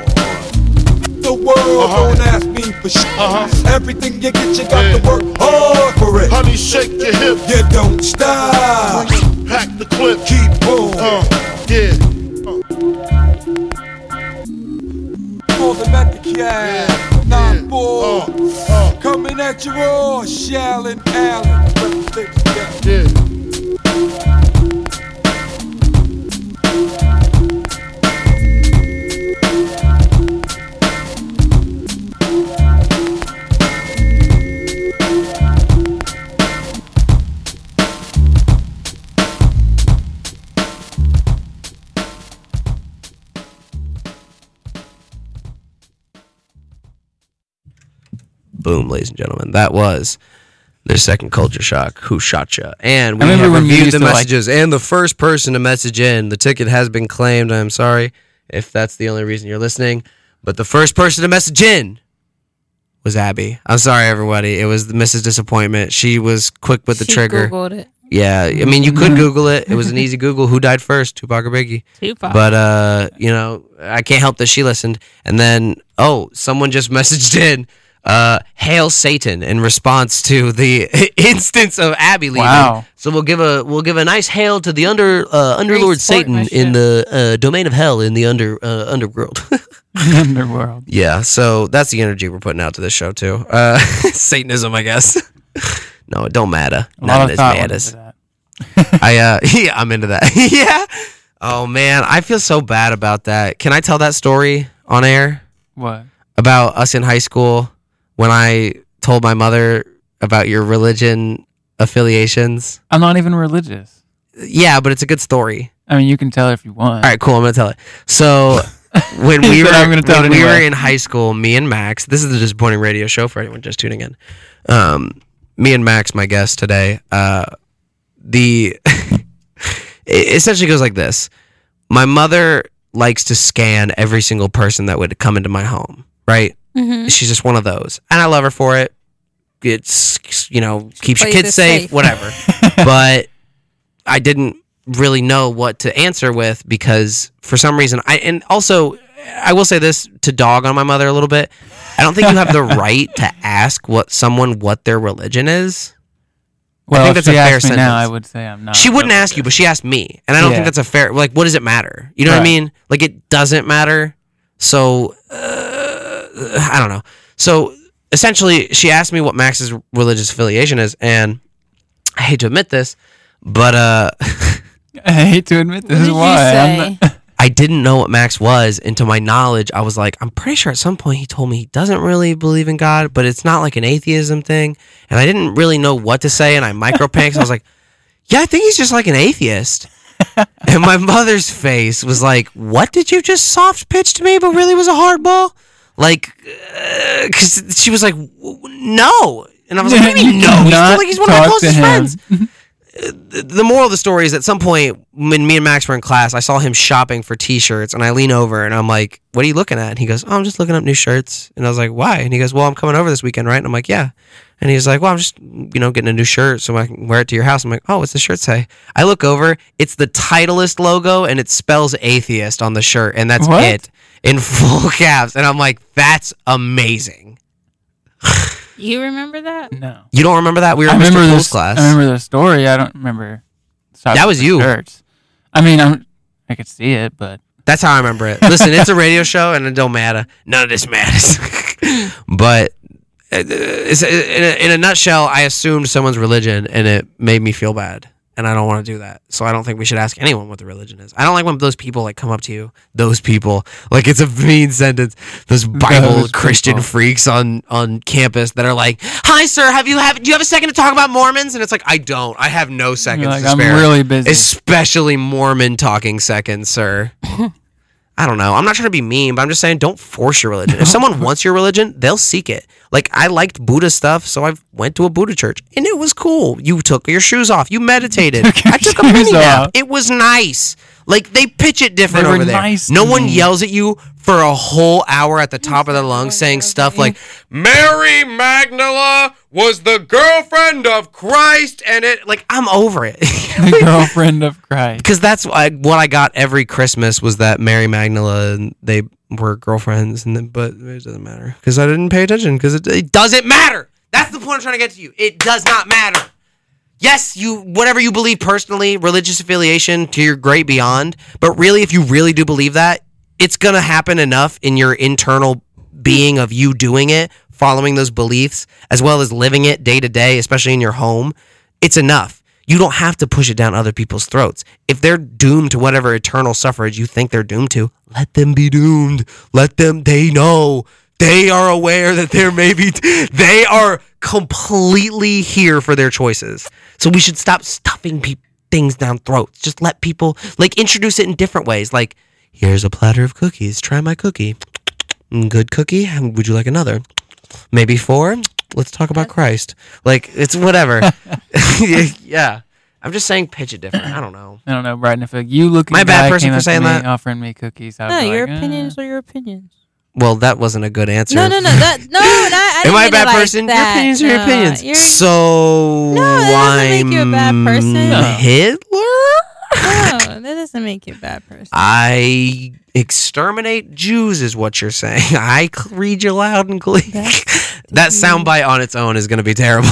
The world don't ask me for shit. Uh-huh. Everything you get, you got to work hard for it.
Honey, shake your hips.
You don't stop.
Hack the clip.
Keep on.
Uh, yeah.
For the metric, yeah. Not for. Coming at you all, Shell and Allen.
Yeah.
Boom, ladies and gentlemen. That was their second culture shock. Who shot ya? And
I
we
remember
have
when you
reviewed
used
the
to, like-
messages. and the first person to message in, the ticket has been claimed. I'm sorry if that's the only reason you're listening, but the first person to message in was Abby. I'm sorry, everybody. It was the Mrs. Disappointment. She was quick with the
She
trigger.
Googled it.
Yeah, I mean, you could Google it. It was an easy Google. Who died first, Tupac or Biggie?
Tupac.
But uh, you know, I can't help that she listened. And then, oh, someone just messaged in, uh, "Hail Satan!" in response to the instance of Abby leaving.
Wow.
So we'll give a we'll give a nice hail to the under uh, underlord Satan in the uh, domain of hell in the under uh, underworld.
Underworld.
Yeah, so that's the energy we're putting out to this show too. Uh, Satanism, I guess. no, it don't matter.
A
None
lot
of
of
this
thought
matters.
went
I uh, yeah, I'm into that. yeah. Oh man, I feel so bad about that. Can I tell that story on air
What?
about us in high school when I told my mother about your religion affiliations?
I'm not even religious.
Yeah, but it's a good story.
I mean, you can tell if you want.
All right, cool. I'm gonna tell it. So when we
He
were
said, "I'm gonna tell
when
it
we were
anyway."
in high school, me and Max. This is the disappointing radio show for anyone just tuning in. Um, me and Max, my guest today. Uh, the it essentially goes like this. My mother likes to scan every single person that would come into my home. Right?
Mhm.
She's just one of those, and I love her for it. It's you know keeps your
plays
kids
it
safe,
safe.
whatever. but I didn't really know what to answer with because for some reason I and also I will say this to dog on my mother a little bit. I don't think you have the right to ask what someone what their religion is.
Well,
I think
if
that's
she
a fair
asked me
sentence.
now, I would say I'm not.
she wouldn't ask you, but she asked me, and I don't
Yeah.
think that's a fair. Like, what does it matter? You know what I
Right.
mean? Like, it doesn't matter. So uh, I don't know. So essentially, she asked me what Max's religious affiliation is, and I hate to admit this, but uh,
I hate to admit this is why. I'm not-
I didn't know what Max was, and to my knowledge, I was like, I'm pretty sure at some point he told me he doesn't really believe in God, but it's not like an atheism thing. And I didn't really know what to say, and I micro panicked. I was like, Yeah, I think he's just like an atheist. and my mother's face was like, What did you just soft pitch to me, but really was a hardball? Like, because she was like, "W- No. And I was like, What do you mean,
You
no? He's still
cannot
like, he's one of
talk
my
to
closest
him.
friends the the moral of the story is at some point when me and Max were in class, I saw him shopping for t-shirts and I lean over and I'm like, "What are you looking at?" And he goes, "Oh, I'm just looking up new shirts." And I was like, "Why?" And he goes, "Well, I'm coming over this weekend, right?" And I'm like, "Yeah." And he's like, "Well, I'm just, you know, getting a new shirt so I can wear it to your house." I'm like, "Oh, what's the shirt say?" I look over, it's the Titleist logo and it spells atheist on the shirt and that's
What?
it. in full caps, and I'm like, that's amazing.
You remember that?
No.
You don't remember that? We were in Mr. Cool's class.
I remember the story. I don't remember.
That was you.
Shirts. I mean, I'm, I could see it, but
That's how I remember it. Listen, it's a radio show, and it don't matter. None of this matters. but uh, it's, in, a, in a nutshell, I assumed someone's religion, and it made me feel bad, and I don't want to do that. So I don't think we should ask anyone what their religion is. I don't like when those people like come up to you, those people, like it's a mean sentence. Those Bible
Those
Christian
people.
freaks on on campus that are like, "Hi, sir. Have you have? Do you have a second to talk about Mormons?" And it's like, I don't. I have no seconds
like,
to
"I'm
spare.
really busy."
especially Mormon talking seconds, sir. I don't know. I'm not trying to be mean, but I'm just saying don't force your religion. If someone wants your religion, they'll seek it. Like I liked Buddha stuff, so I went to a Buddha church and it was cool. You took your shoes off, you meditated. I took a
shoes
mini
off.
nap. It was nice. Like they pitch it different
They were
over there.
nice to
no one
me.
yells at you for a whole hour at the top of their lungs saying stuff like Mary Magdala was the girlfriend of Christ and it like I'm over it.
the girlfriend of Christ.
because that's what I, what I got every Christmas was that Mary Magdala and they were girlfriends, and then, but it doesn't matter because I didn't pay attention because it, it doesn't matter. That's the point I'm trying to get to you. It does not matter. Yes, you whatever you believe personally, religious affiliation to your great beyond, but really, if you really do believe that, it's gonna happen enough in your internal being of you doing it, following those beliefs, as well as living it day to day, especially in your home. It's enough. You don't have to push it down other people's throats. If they're doomed to whatever eternal suffrage you think they're doomed to, let them be doomed. Let them, they know. They are aware that there may be, they are completely here for their choices. So we should stop stuffing peop things down throats. Just let people, like, introduce it in different ways. Like, here's a platter of cookies. Try my cookie. Mm, Good cookie. How- Would you like another? Maybe four? Let's talk about Christ. Like, it's whatever. yeah. I'm just saying pitch it different. I don't know.
I don't know, Brighton. If a you looking
My bad
guy
person
came
for
up to
saying
me
that.
offering me cookies, I would
No,
be like,
your
"Eh."
opinions are your opinions.
Well, that wasn't a good answer.
No, no, no, that no, not, I didn't
Am I a
mean it
bad
like
person?
that.
Your opinions are your
No,
opinions.
you're-
so
that doesn't make you a bad person.
I'm Hitler?
no, that doesn't make you a bad person.
I exterminate Jews is what you're saying. I c- read you loud and clear. that soundbite on its own is going to be terrible.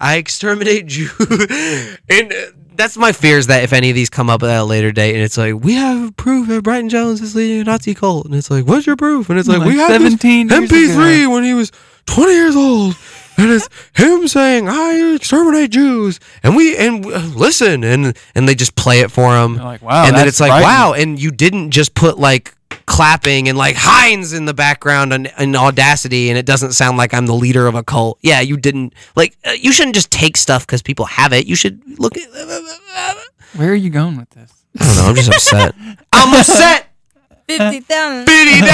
I exterminate Jews. and uh, that's my fears that if any of these come up at a later date and it's like, we have proof that Brighton Jones is leading a Nazi cult. And it's like, what's your proof? And it's like,
Like
we have
17
this
years
MP3
ago.
when he was 20 years old. And it's him saying, I exterminate Jews. And we, and uh, listen. And, and they just play it for him.
like, wow,
And then
that's
it's like,
frightening.
wow. And you didn't just put like clapping and like Heinz in the background and, and Audacity and it doesn't sound like I'm the leader of a cult. Yeah, you didn't. Like, uh, you shouldn't just take stuff because people have it. You should look at.
Where are you going with this?
I don't know. I'm just upset. I'm upset.
Fifty thousand.
Fifty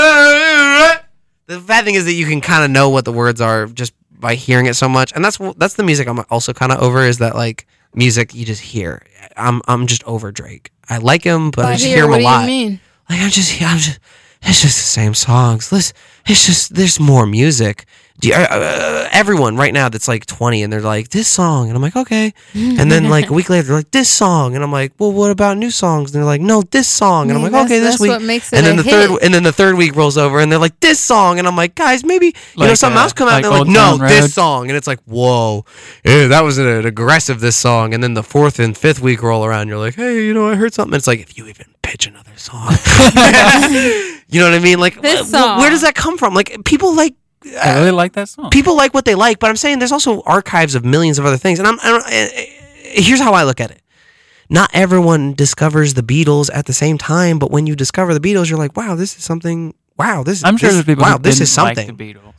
thousand. the bad thing is that you can kind of know what the words are just by hearing it so much, and that's wh- that's the music I'm also kind of over. Is that like music you just hear? I'm I'm just over Drake. I like him, but I just hear him a lot.
mean?
Like I'm just I'm just it's just the same songs. Listen, it's just there's more music. Do you, uh, uh, everyone right now that's like 20 and they're like this song and I'm like okay, and then like a week later they're like this song and I'm like well what about new songs and they're like no this song and I'm
Yeah,
like "Oh,
that's-
okay this
that's
week
what makes it
and then
a
the third
hit.
and then the third week rolls over and they're like this song and I'm like guys maybe you know
Like,
something
uh,
else come out
like
and they're like
Old
no
Town
this
Road?
song and it's like whoa ew, that was an aggressive this song and then the fourth and fifth week roll around you're like hey you know I heard something it's like if you even pitch another song you know what I mean like
This
wh- wh- where
song.
does that come from like people like
I really like that song.
people like what they like, but I'm saying there's also archives of millions of other things. And I'm, I don't, eh, eh, here's how I look at it. Not everyone discovers the Beatles at the same time, but when you discover the Beatles, you're like, wow, this is something. Wow, this.
I'm sure
this-
there's people.
Wow,
who
this is
didn't like
something.
the Beatles.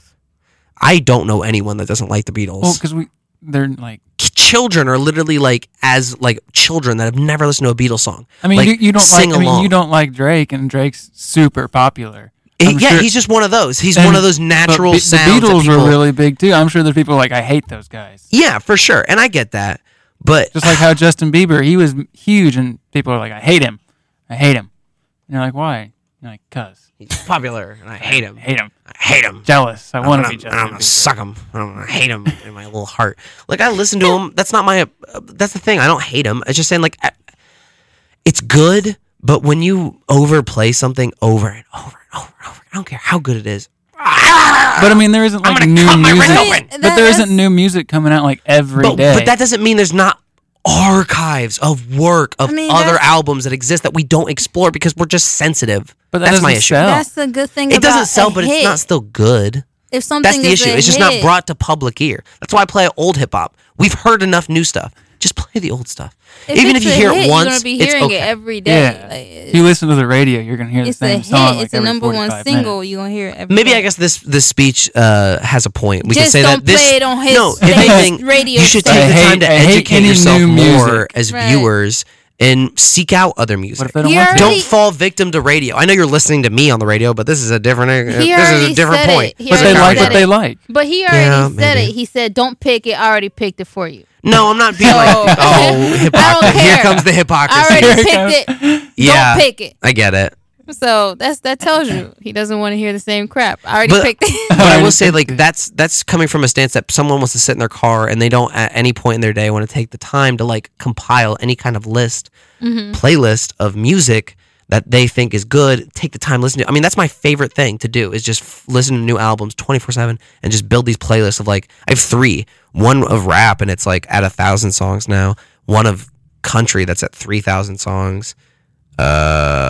I don't know anyone that doesn't like the Beatles.
Well, because we they're like.
K- children are literally like as like children that have never listened to a Beatles song.
I mean,
Like,
you, you don't like.
sing
I mean,
along.
you don't like Drake, and Drake's super popular.
Eh,
I'm
yeah,
sure-
he's just one of those. He's
And-
one of those
but
natural
Be-
sounds.
The
that
Beatles
people-
were really big too. I'm sure there's people like I hate those guys.
Yeah, for sure, and I get that. But
just like how Justin Bieber, he was huge, and people are like, I hate him, I hate him. And you're like, why? And you're like, cause
he's popular, and I hate him.
hate him,
I hate him.
Jealous. I want to be
I'm gonna- I'm
Justin.
gonna suck him. I'm gonna hate him in my little heart. Like I listen to him. That's not my. Uh, that's the thing. I don't hate him. It's just saying like, I- it's good, But when you overplay something over and over and over and over, I don't care how good it is.
But I mean, there isn't like new music. But there isn't new music coming out like every day.
But, but that doesn't mean there's not archives of work of
I mean,
other
that's-
albums that exist that we don't explore because we're just sensitive.
But
that's my issue.
That's the good thing.
It
about
doesn't sell,
a
but
hit.
it's not still good.
If something
That's the
is
issue.
a
It's just
hit-
not brought to public ear. That's why I play old hip hop. We've heard enough new stuff. Just play the old stuff. Even
it's
if you
a
hear
hit,
it once,
you're gonna be
it's
hearing
okay.
it every day.
Yeah.
Like,
if you listen to the radio, you're gonna hear the
it's a
same
hit.
song. like,
it's a
every
number one
45 minutes.
single. You're gonna hear it every
Maybe I guess this this speech uh, has a point. We
Just
can say
don't
that this
play it on his
no, if
station,
anything,
radio
you should
station.
take the
I
time
hate-
to
I hate
educate
any
yourself
new
more
music.
as
Right.
viewers and seek out other music.
I don't He want to? already-
Don't fall victim to radio. I know you're listening to me on the radio, but this is a different uh, this
He
is
already
a different
said
point.
it. He already said it. But he already
Yeah,
said
maybe.
it. He said, "Don't pick it. I already picked it for you.
No, I'm not being like, oh, hypocrisy. Here comes the hypocrisy.
I already picked it.
yeah,
Don't pick it."
I get it.
So that's that tells you he doesn't want to hear the same crap. I already
But-
picked it.
but I will say, like that's that's coming from a stance that someone wants to sit in their car and they don't at any point in their day want to take the time to like compile any kind of list
Mhm.
playlist of music that they think is good. Take the time to listen to. I mean, that's my favorite thing to do is just f- listen to new albums twenty four seven and just build these playlists of like I have three, one of rap and it's like at a thousand songs now, one of country that's at three thousand songs.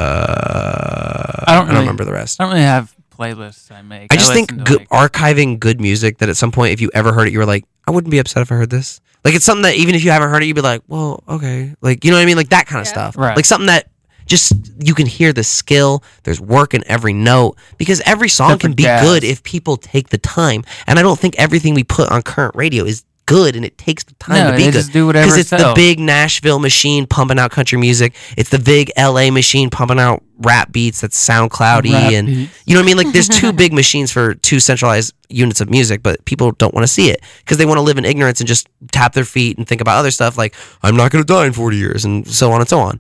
Uh,
I don't, really,
remember the rest.
I don't really have playlists I make.
I just think
listen to,
good, archiving good music that at some point, if you ever heard it, you were like, I wouldn't be upset if I heard this. Like it's something that even if you haven't heard it, you'd be like, well, okay, like you know what I mean, like that kind of stuff.
Right.
Like something that just you can hear the skill. There's work in every note because every song
Except for
can be
jazz.
good if people take the time. And I don't think everything we put on current radio is good, and it takes the time
No,
to be
they
good.
just do whatever
it's the
sells.
big Nashville machine pumping out country music. It's the big LA machine pumping out rap beats. That's SoundCloudy
Rap
and
beats.
you know what I mean? Like there's two big machines for two centralized units of music, but people don't want to see it because they want to live in ignorance and just tap their feet and think about other stuff like I'm not going to die in 40 years and so on and so on.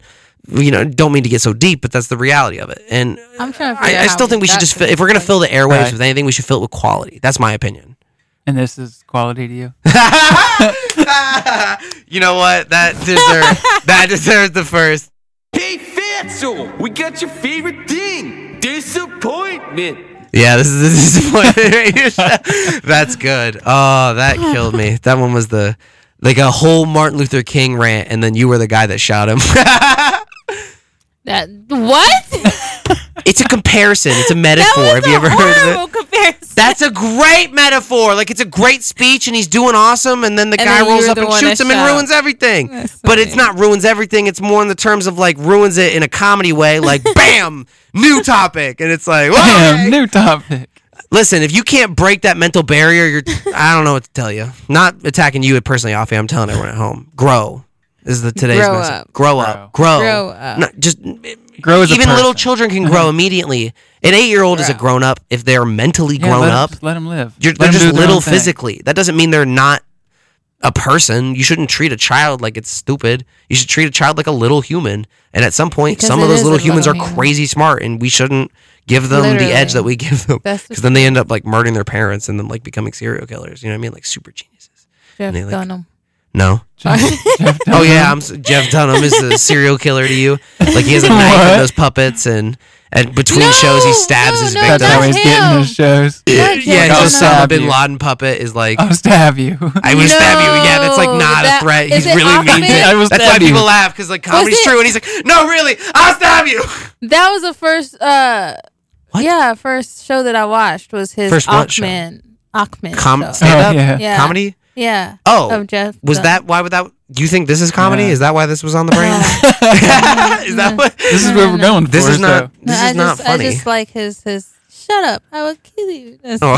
You know, don't mean to get so deep, but that's the reality of it. And
I'm trying to. Figure
I, I
out
still
how
think we should
got
just
to
fill,
this
if we're going to
point.
fill the airwaves
Right.
with anything, we should fill it with quality. That's my opinion.
and this is quality to you.
You know what? That deserves that deserves the first.
Hey, Fatso, we got your favorite thing disappointment.
Yeah, this is this is disappointing. That's good. Oh, that killed me. That one was the like a whole Martin Luther King rant, and then you were the guy that shot him.
That what?
it's a comparison. It's a metaphor.
That was
Have you
a
ever heard of
horrible
it? That's a great metaphor. Like it's a great speech, and he's doing awesome, and then the
And
guy
then
rolls
you're
up
the
and
one
shoots
that
him and
shot.
ruins everything. But it's not ruins everything. It's more in the terms of like ruins it in a comedy way. Like bam, new topic, and it's like bam,
new topic.
Listen, if you can't break that mental barrier, you're I don't know what to tell you. Not attacking you personally, Offie. I'm telling everyone at home. Grow is the today's
Grow
message.
up.
Grow up. Grow.
Grow up.
Not- just
grow as a
even little
person. Uh-huh.
children can grow immediately. An eight year old is a grown up if they're mentally
Yeah,
grown
let 'em-
up.
just let 'em live.
You're,
Let
they're
'em
just
do their own
little
thing.
physically. That doesn't mean they're not a person. You shouldn't treat a child like it's stupid. You should treat a child like a little human. And at some point,
Because
some of
it
those
is
little
a little
humans are
human.
crazy smart, and we shouldn't give them
Literally.
the edge that we give them.
That's the
Because then they end up like murdering their parents and then like becoming serial killers. You know what I mean? Like super geniuses. And
Jeff
they, like-
Dunham.
No. oh yeah, I'm s- Jeff Dunham is a serial killer to you. Like he has a knife and those puppets, and and between shows he stabs his victims.
That's how he's getting his shows.
Yeah, yeah,
I'll
his Osama
stab
bin
you.
Laden puppet is like
I'll stab you.
I will stab you. Yeah, that's like
No,
not
that-
a threat.
is
He's
it
really means
Aquaman?
it.
I will
That's why
stab you.
people laugh because like comedy's
it-
true, and he's like, no, really, I'll stab you.
That was the first. uh Yeah, first show that I watched was his
First what show?
Achman. Achman.
Com-
show.
stand-up? Oh, yeah.
Yeah.
Comedy?
Yeah.
Oh,
Of Jeff.
Was
Dunham.
that why? Would that? You think this is comedy? Is that why this was on the brain? is that what?
This is where we're going.
This
for,
is not.
so-
No,
This
I
is not
just,
funny.
I just like his his. Shut up! I will kill you. That's-
Oh,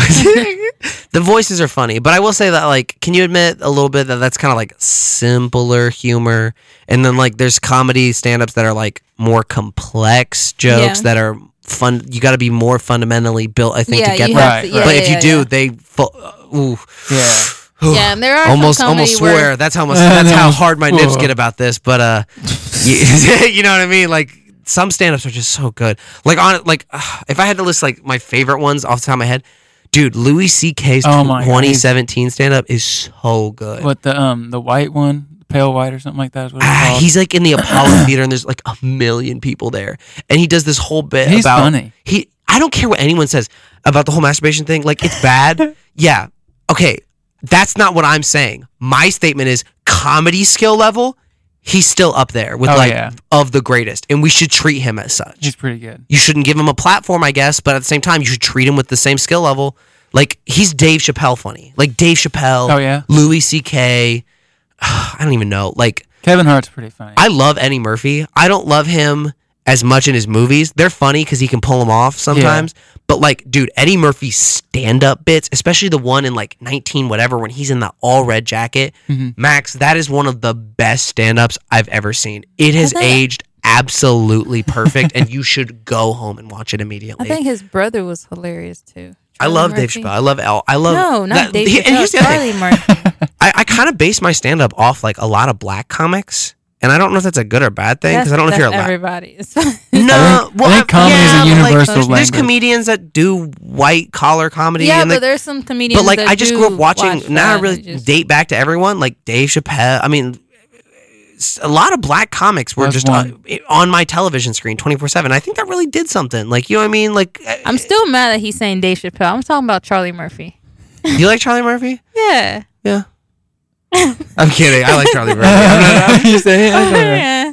the voices are funny, but I will say that like, can you admit a little bit that that's kind of like simpler humor, and then like there's comedy stand-ups that are like more complex jokes
Yeah.
that are fun. You got to be more fundamentally built, I think,
Yeah,
to get
you
that.
have to- Right, yeah,
but
yeah,
if you
yeah,
do,
yeah.
they fu- uh, ooh.
yeah.
Yeah, and there are some
almost
comedy
almost
where-
swear that's how much
Uh,
that's how
no.
hard my nips
Whoa.
get about this but uh you, you know what i mean like some stand-ups are just so good like on like uh, if i had to list like my favorite ones off the top of my head dude louis ck's
Oh my God, he's-
2017 stand-up is so good
What the um the white one? pale white or something like that. Is what it's
Ah,
called.
he's like in the Apollo Theater, and there's like a million people there, and he does this whole bit
He's
about
funny.
he. I don't care what anyone says about the whole masturbation thing. Like it's bad. yeah. Okay. That's not what I'm saying. My statement is comedy skill level. He's still up there with
Oh,
like
yeah.
of the greatest, and we should treat him as such.
He's pretty good.
You shouldn't give him a platform, I guess, but at the same time, you should treat him with the same skill level. Like he's Dave Chappelle funny. Like Dave Chappelle.
Oh, yeah?
Louis C.K. I don't even know. Like
Kevin Hart's pretty funny.
I love Eddie Murphy. I don't love him as much in his movies. They're funny because he can pull them off sometimes. But like, dude, Eddie Murphy's stand-up bits, especially the one in like 19 whatever when he's in the all red jacket,
Mhm.
Max, that is one of the best stand-ups I've ever seen. It has
think-
aged absolutely perfect, and you should go home and watch it
I
immediately.
think his brother was hilarious too.
I love Dave Chappelle. I love Al. I love
no, not
that-
Dave
he- and
Chappelle.
here's the other thing.
Charlie Murphy.
I, I kind of base my stand up off like a lot of black comics, and I don't know if that's a good or bad thing because I don't know if
That's-
you're a
that's
black.
everybody. It's fine.
No, well,
I think comedy is a
yeah, but, like,
universal
there's, there's
language.
comedians that do white collar comedy.
yeah,
and,
but
like,
there's some comedians.
but like
that
I just
do
grew up watching.
watch
now I
that
really
and just-
date back to everyone like Dave Chappelle. I mean, s- a lot of black comics were
That's
just on, on my television screen twenty four seven. I think that really did something. Like you know what I mean? Like uh,
I'm still mad that he's saying Dave Chappelle. I'm talking about Charlie Murphy.
you like Charlie Murphy?
Yeah.
Yeah. I'm kidding. I like Charlie Murphy. I'm not-
You say, "Yeah,
Charlie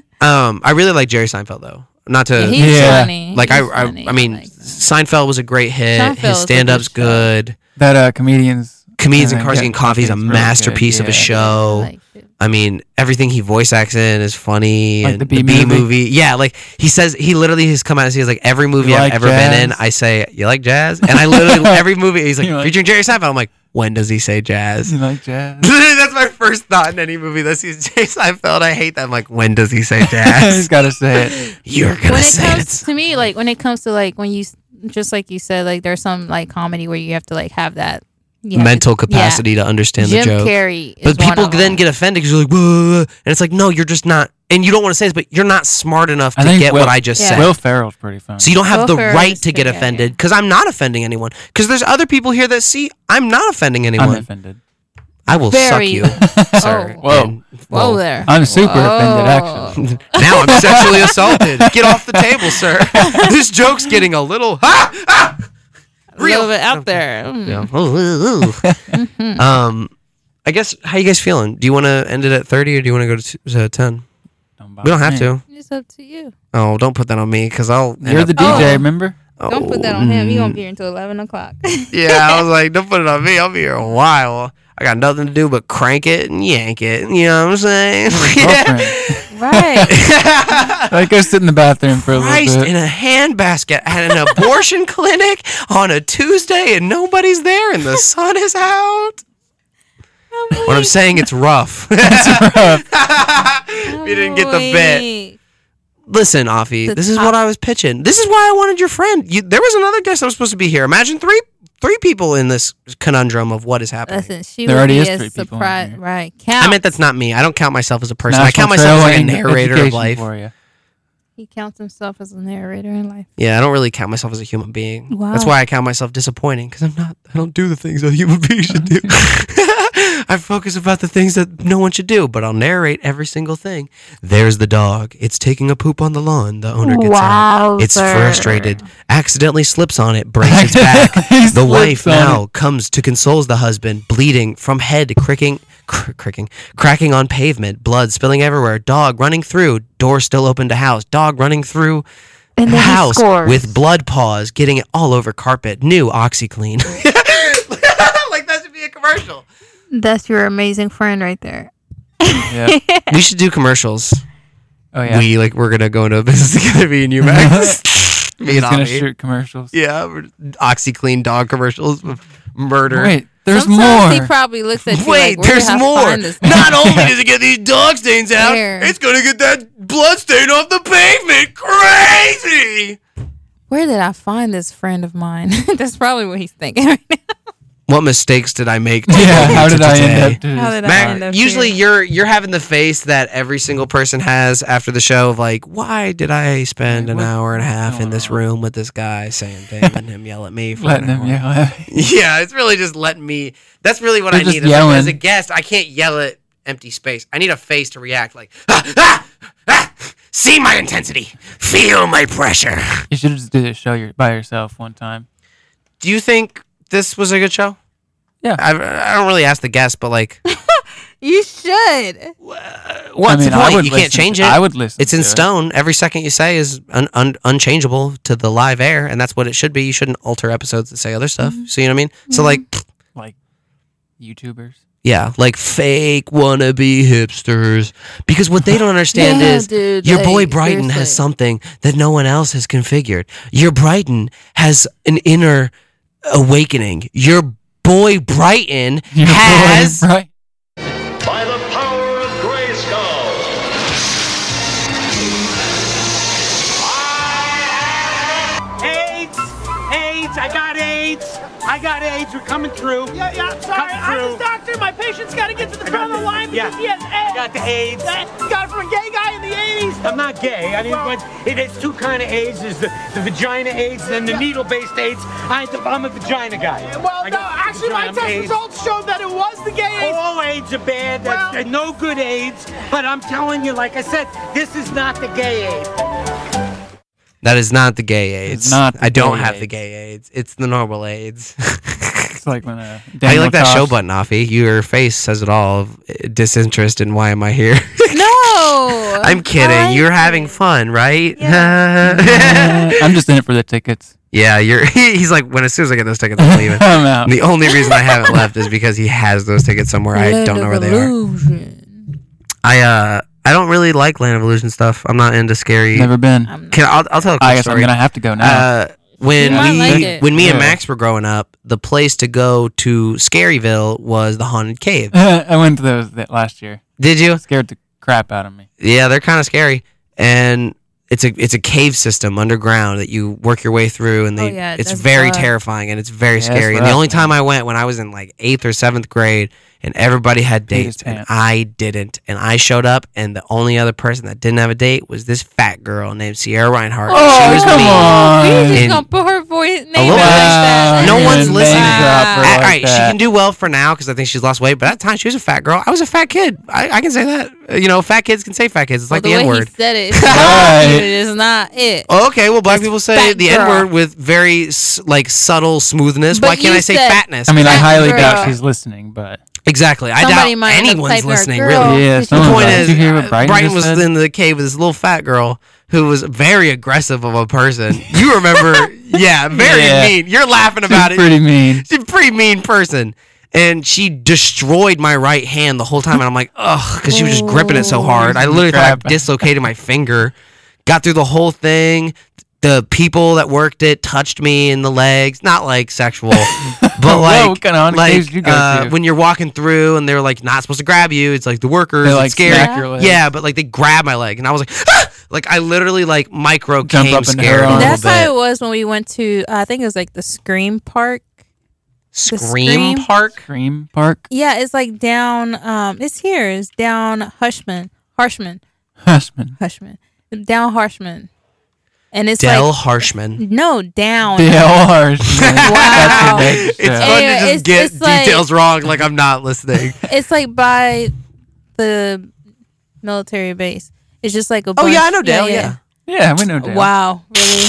Murphy."
Um, I really like Jerry Seinfeld though. Not to
Yeah, he's Yeah. funny.
Like I,
He's
I, I mean, Seinfeld was a great hit.
Seinfeld
His
was a
stand-up's good.
That uh, comedians.
Comedians
and
and Cars
Get-
Getting Coffee is a
Coffee's really good,
masterpiece of a
yeah.
show. I mean, everything he voice acts in is funny.
Like
and
the
the B,
B movie?
movie. Yeah, like he says, he literally has come out and says, like, every movie
You
I've
like
ever been in,
jazz?
I say, you like jazz? And I literally, every movie, he's like, featuring Jerry Seinfeld. I'm like, when does he say jazz?
You like jazz?
That's my first thought in any movie that sees Jerry Seinfeld. I hate that. I'm like, when does he say jazz?
He's gotta say it.
You're gonna
when it
say
comes
it.
to me, like when it comes to like when you s- just like you said, like there's some like comedy where you have to like have that you have to-
mental capacity
yeah.
to understand
Jim
the joke.
Carrey is
but
one
people
of
then get offended because you're like, "Whoa," and it's like, no, you're just not, and you don't want to say this, but you're not smart enough to
I think
get
Will-
what I just
Yeah.
said.
Will Ferrell's pretty funny.
So you don't have
Will
the
Ferrell
right
is
to get
pretty- yeah,
offended because I'm not offending anyone. Because there's other people here that see I'm not offending anyone.
offended.
I will
Very- Oh.
suck you, sir.
Whoa.
And-
Oh,
Whoa there. I'm super offended, actually.
now I'm sexually assaulted. Get off the table, sir. this joke's getting a little. Ah!
a little bit out there. Mm.
Yeah. Ooh, ooh,
Mm-hmm.
ooh. Mm. um, I guess how you guys feeling? Do you want to end it at thirty or do you want to go to t- to ten? we don't have to.
It's up to you. Oh.
Oh, don't put that on me because I'll. end
You're
up-
the DJ, remember?
Oh.
Don't put that on him. He won't
Mm.
be here until eleven o'clock.
yeah, I was like, don't put it on me. I'll be here a while. I got nothing to do but crank it and yank it. You know what I'm saying?
Like go sit in the bathroom for a
Christ
little bit.
in a handbasket at an abortion clinic on a Tuesday and nobody's there and the sun is out. What I'm saying, it's rough. it's rough. you didn't get the bit. Listen, Afi,
The
this is
top-
what I was pitching. This is why I wanted your friend. You, there was another guest that was supposed to be here. Imagine three three people in this conundrum of what is happening.
Listen, she would be a surprise, right? Count.
I meant that's not me. I don't count myself as a person. I
National
count myself as like a
Trailing
narrator of
Education
life.
for you.
he counts himself as a narrator in life.
Yeah, I don't really count myself as a human being.
Wow.
That's why I count myself disappointing because I'm not. I don't do the things a human being should do. I focus about the things that no one should do, but I'll narrate every single thing. There's the dog. It's taking a poop on the lawn. The owner gets out. It's
Wowzer.
frustrated. Accidentally slips on it. Breaks its back. the wife
on
now comes to consoles the husband, bleeding from head, cricking, cr- cricking, cracking on pavement, blood spilling everywhere. Dog running through. Door still open to house. Dog running through.
And then he
house
scores.
with blood paws, getting it all over carpet. New OxyClean.
like that should be a commercial. That's your amazing friend right there.
we should do commercials.
Oh yeah.
We like we're gonna go into a business together, me and you, Max. me
He's
and
gonna
Avi.
shoot commercials.
Yeah, we're- OxyClean dog commercials, with murder.
Wait, there's
Sometimes
more.
He probably looks at you
Wait,
like, where
there's
did I
more.
find this?
Not only does it get these dog stains out,
Where?
it's gonna get that blood stain off the pavement. Crazy.
Where did I find this friend of mine? That's probably what he's thinking. right now.
What mistakes did I make?
Yeah, how did I end
today?
up to
How did I
Mac,
end up
usually you're you're having the face that every single person has after the show of like, why did I spend an hour and a half in this room with this guy saying things and him yell at me for
letting
an
him
hour?
yell at me?
Yeah, it's really just letting me. That's really what
You're
I
just
need. is like, As
yelling.
a guest, I can't yell at empty space. I need a face to react like, "Ah, ah, ah, see my intensity, feel my pressure.
You should just do this show your, by yourself one time.
Do you think this was a good show?
Yeah.
I, I don't really ask the guest, but like,
You should.
what's
mean,
the
I
point?
would
You
listen
can't
to-
change it.
I would listen
It's in
to it.
stone. Every second you say is un- un- unchangeable to the live air, and that's what it should be. You shouldn't alter episodes to say other stuff.
Mm-hmm.
So you know what I mean? So like,
Like YouTubers.
Yeah, like fake wannabe hipsters. Because what they don't understand
Yeah,
is
dude,
your boy
like,
Brighton
seriously.
has something that no one else has configured. Your Brighton has an inner awakening. Your boy Brighton has.
By the power of Grayskull.
AIDS, AIDS, I got AIDS. I got AIDS. We're coming through. Yeah, yeah, I'm sorry. I'm his doctor. My patient's got to get to the front of the line because he has AIDS. Got the AIDS. got it from a gay guy in the 80s. I'm not gay. I mean, but it, it's two kind of AIDS. There's the, the vagina AIDS and the needle-based AIDS. I, I'm a vagina guy.
Well,
I
no,
got
actually, my
vagina
test
AIDS.
results showed that it was the gay AIDS.
All AIDS are bad. That's-
Well-
no good AIDS. But I'm telling you, like I said, this is not the gay AIDS.
That is not the gay AIDS.
not the
I don't
gay
have the
AIDS.
gay AIDS. It's the normal AIDS.
It's like when a
How you like that show
Daniel Tosh-
button, Afi? Your face says it all. of, uh, Disinterest in why am I here?
No.
I'm kidding. You're having fun, right?
I'm just in it for the tickets.
Yeah, you're. He's like, when as soon as I get those tickets, I'm leaving.
I'm out.
The only reason I haven't left is because he has those tickets somewhere. I don't know where they are. I uh, I don't really like Land of Illusion stuff. I'm not into scary.
Never been.
Can I'll, I'll tell a quick
I guess I'm
story.
gonna have to go now.
Uh, when
You might
we
like it.
when me and
Yeah.
Max were growing up, the place to go to Scaryville was the haunted cave.
I went to those that last year.
Did you?
Scared the crap out of me.
Yeah, they're kind of scary, and it's a it's a cave system underground that you work your way through, and they
Oh, yeah,
it's
that's
very
rough.
terrifying and it's very
Yeah, it's
scary. And the
rough,
only time I went when I was in like eighth or seventh grade, and everybody had
Peed his
dates, and I didn't, and I showed up, and the only other person that didn't have a date was this fat girl named Sierra Reinhardt. and
Oh,
she was
come
mean.
on. You're just
And-
gonna put her voice name
a little bit.
out like that.
no one's
Name
listening. Ah,
dropper
All
like
right, she
that.
can do well for now because I think she's lost weight. But at the time, she was a fat girl. I was a fat kid. I, I can say that. Uh, You know, fat kids can say fat kids. It's like
the
the
way
N
he
word.
said it,
Right.
it is not it.
Okay, well, black people say
fat
the
girl.
N word with very s- like subtle smoothness.
But
Why can't
you
I say
said
fatness?
I mean, I highly doubt
girl.
she's listening, but
exactly. I
Somebody
doubt
might end up
anyone's
typing our
listening.
girl.
Really,
Yeah,
the
someone
point
might.
is,
Did you hear what
uh,
Brighton just
was
said?
in the cave with this little fat girl who was very aggressive of a person. You remember? yeah, very
Yeah.
mean. You're laughing
she's
about it.
pretty mean.
She's a pretty mean person. And she destroyed my right hand the whole time. And I'm like, ugh, because she was just gripping it so hard. I literally thought I
Oh, Crap.
dislocated my finger. Got through the whole thing. The people that worked it touched me in the legs. Not like sexual, but
Whoa,
like,
what kind of haunted caves
like
you go
uh,
to?
when you're walking through and they're like not supposed to grab you. It's like the workers.
They,
it's
like,
scary.
smack your leg.
Yeah, but like they grabbed my leg. And I was like, "Ah!" like I literally like micro
Jump
came
up into her
scared. a little
That's
bit.
how it was when we went to. I think it was like the Scream Park. The
Scream Park.
Scream Park.
Yeah, it's like down. Um, it's here. It's down Hushman, Harshman,
Hushman.
Hushman, down Harshman, and it's
Del
like
Harshman.
no down.
wow.
it's fun to
Yeah,
just
it's-
get
it's like-
details wrong. Like I'm not listening.
It's like by the military base. It's just like a.
Oh, yeah,
bunch-
I know Dale, yeah.
Yeah, we know Dale.
Wow, really.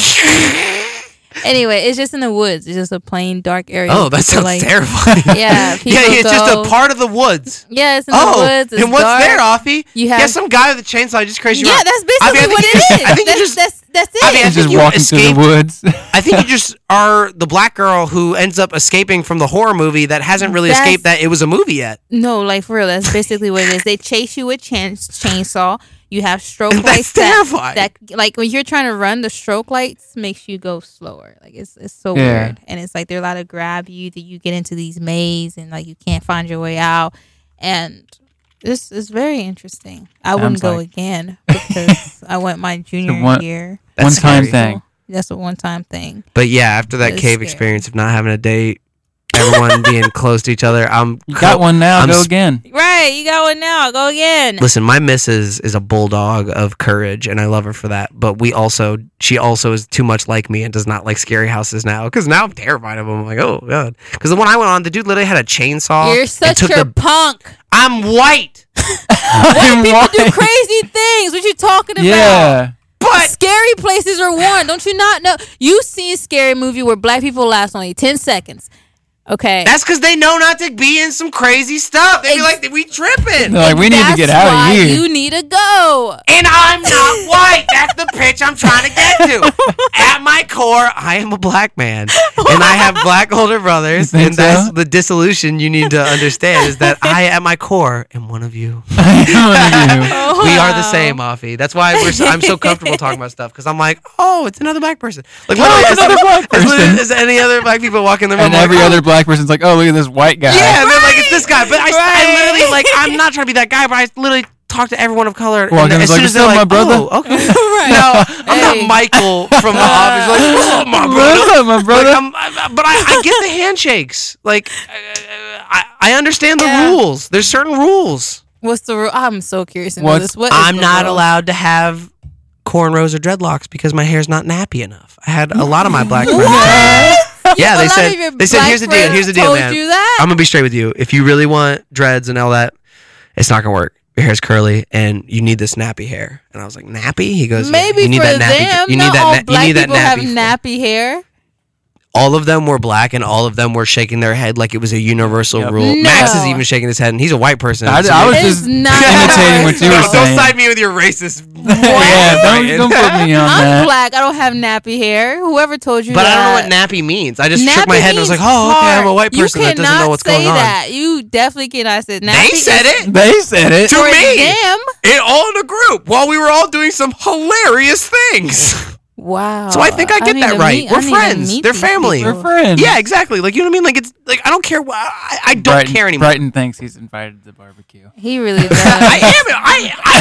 anyway, it's just in the woods. It's just a plain dark area.
Oh, that
People,
sounds
like-
terrifying.
Yeah,
yeah,
people
it's just
go-
a part of the woods.
Yeah, it's in
oh,
the woods. It's
and what's
dark.
there, Offie?
You have
yeah, some guy with a chainsaw just crazy.
Yeah, that's basically what it is.
I think
that's,
you just.
that's that's it.
I mean, I
She's
think
just
you
walking through
escaped-
the woods.
I think you just are the black girl who ends up escaping from the horror movie that hasn't really
That's-
escaped that it was a movie yet.
no, like for real, that's basically what it is. They chase you with chan- chainsaw. You have strobe lights.
terrifying.
That, that like when you're trying to run, the strobe lights makes you go slower. Like it's it's so
Yeah.
weird, and it's like they're allowed to grab you. That you get into these maze and like you can't find your way out. And this is very interesting. I wouldn't
Sounds
go
like-
again because I went my junior
one-
year.
That's One time scary. thing.
That's a one time thing.
But yeah, after that
That's
cave
scary.
experience of not having a date, everyone being close to each other, I'm
You got one now.
I'm
go
sp-
again.
Right, you got one now. Go again.
Listen, my missus is a bulldog of courage, and I love her for that. But we also, she also is too much like me and does not like scary houses now. Because now I'm terrified of them. I'm like, oh god. Because the one I went on, the dude literally had a chainsaw.
You're
and
such
took
a
the-
punk.
I'm white.
White people do crazy things. What you talking about?
Yeah.
But scary places are one. Don't you not know? You seen scary movie where black people last only ten seconds. Okay.
That's because they know not to be in some crazy stuff. They be like, we tripping.
They're like, we need to get
That's
out of
why
here.
You need to go.
And I'm not white. That's the pitch I'm trying to get to. At my core, I am a black man, and I have black older brothers, and that's the dissolution you need to understand is that I, at my core, am one of you. We are the same, Afi. That's why we're so, I'm so comfortable talking about stuff because I'm like, oh, it's another black person. Like,
Oh,
literally,
it's
as-
another black
as literally
person.
as any other black people walk in the room,
and
I'm like,
every
"Oh,
other black person's like, oh, look at this white guy.
yeah, and they're like, it's this guy. But I, I literally, like, I'm not trying to be that guy, but I literally talk to everyone of color.
Walk
and
in,
as
it's
soon
like, "You
as they're
still
like,
my brother?"
oh, okay. No, I'm not Michael from the office. Like, oh, my brother.
What's up, my brother?
Like, I'm, I, I- but I, I get the handshakes. Like, I, I understand the rules. There's certain rules.
What's the rule? I'm so curious to know
What's-
this. What is
I'm
the
not
rule?
allowed to have cornrows or dreadlocks because my hair's not nappy enough. I had a lot of my black friends. Yeah, they
lot of
said
your
they said
black
here's the deal,
friends
here's the deal,
told
man.
you that?
I'm gonna be straight with you. If you really want dreads and all that, it's not gonna work. Your hair's curly and you need this nappy hair. And I was like, nappy? He goes, "Yeah,
Maybe
you need
for
that nappy.
them,
you need
not all
that. Na-
black
you need that
people have
nappy.
nappy hair.
all of them were black and all of them were shaking their head like it was a universal rule. Max is
No.
even shaking his head and he's a white person.
I, I was just imitating what you were
Don't-
saying.
Don't side me with your racist.
yeah, don't,
Right.
don't put me on
I'm
that.
black. I don't have nappy hair. Whoever told you
Uh-huh. But I
that.
don't know what nappy means. I just shook my
Nappy
head and was like,
means
oh, okay, I'm a
hard.
white person
you
that doesn't know
cannot
what's
say
going on.
That. You definitely cannot say
They
nappy.
said
is-
it.
They said it.
to
For
me.
them.
It all in a group while we were all doing some hilarious things.
Wow.
So I think I get
need
that
to
right.
meet- Oh, I
We're
need to
friends.
meet
They're
these
family.
people.
Yeah, exactly. Like you know what I mean. Like it's like I don't care. wh- I, I don't
Brighton,
care anymore.
Brighton thinks he's invited to the barbecue.
He really
I am. I I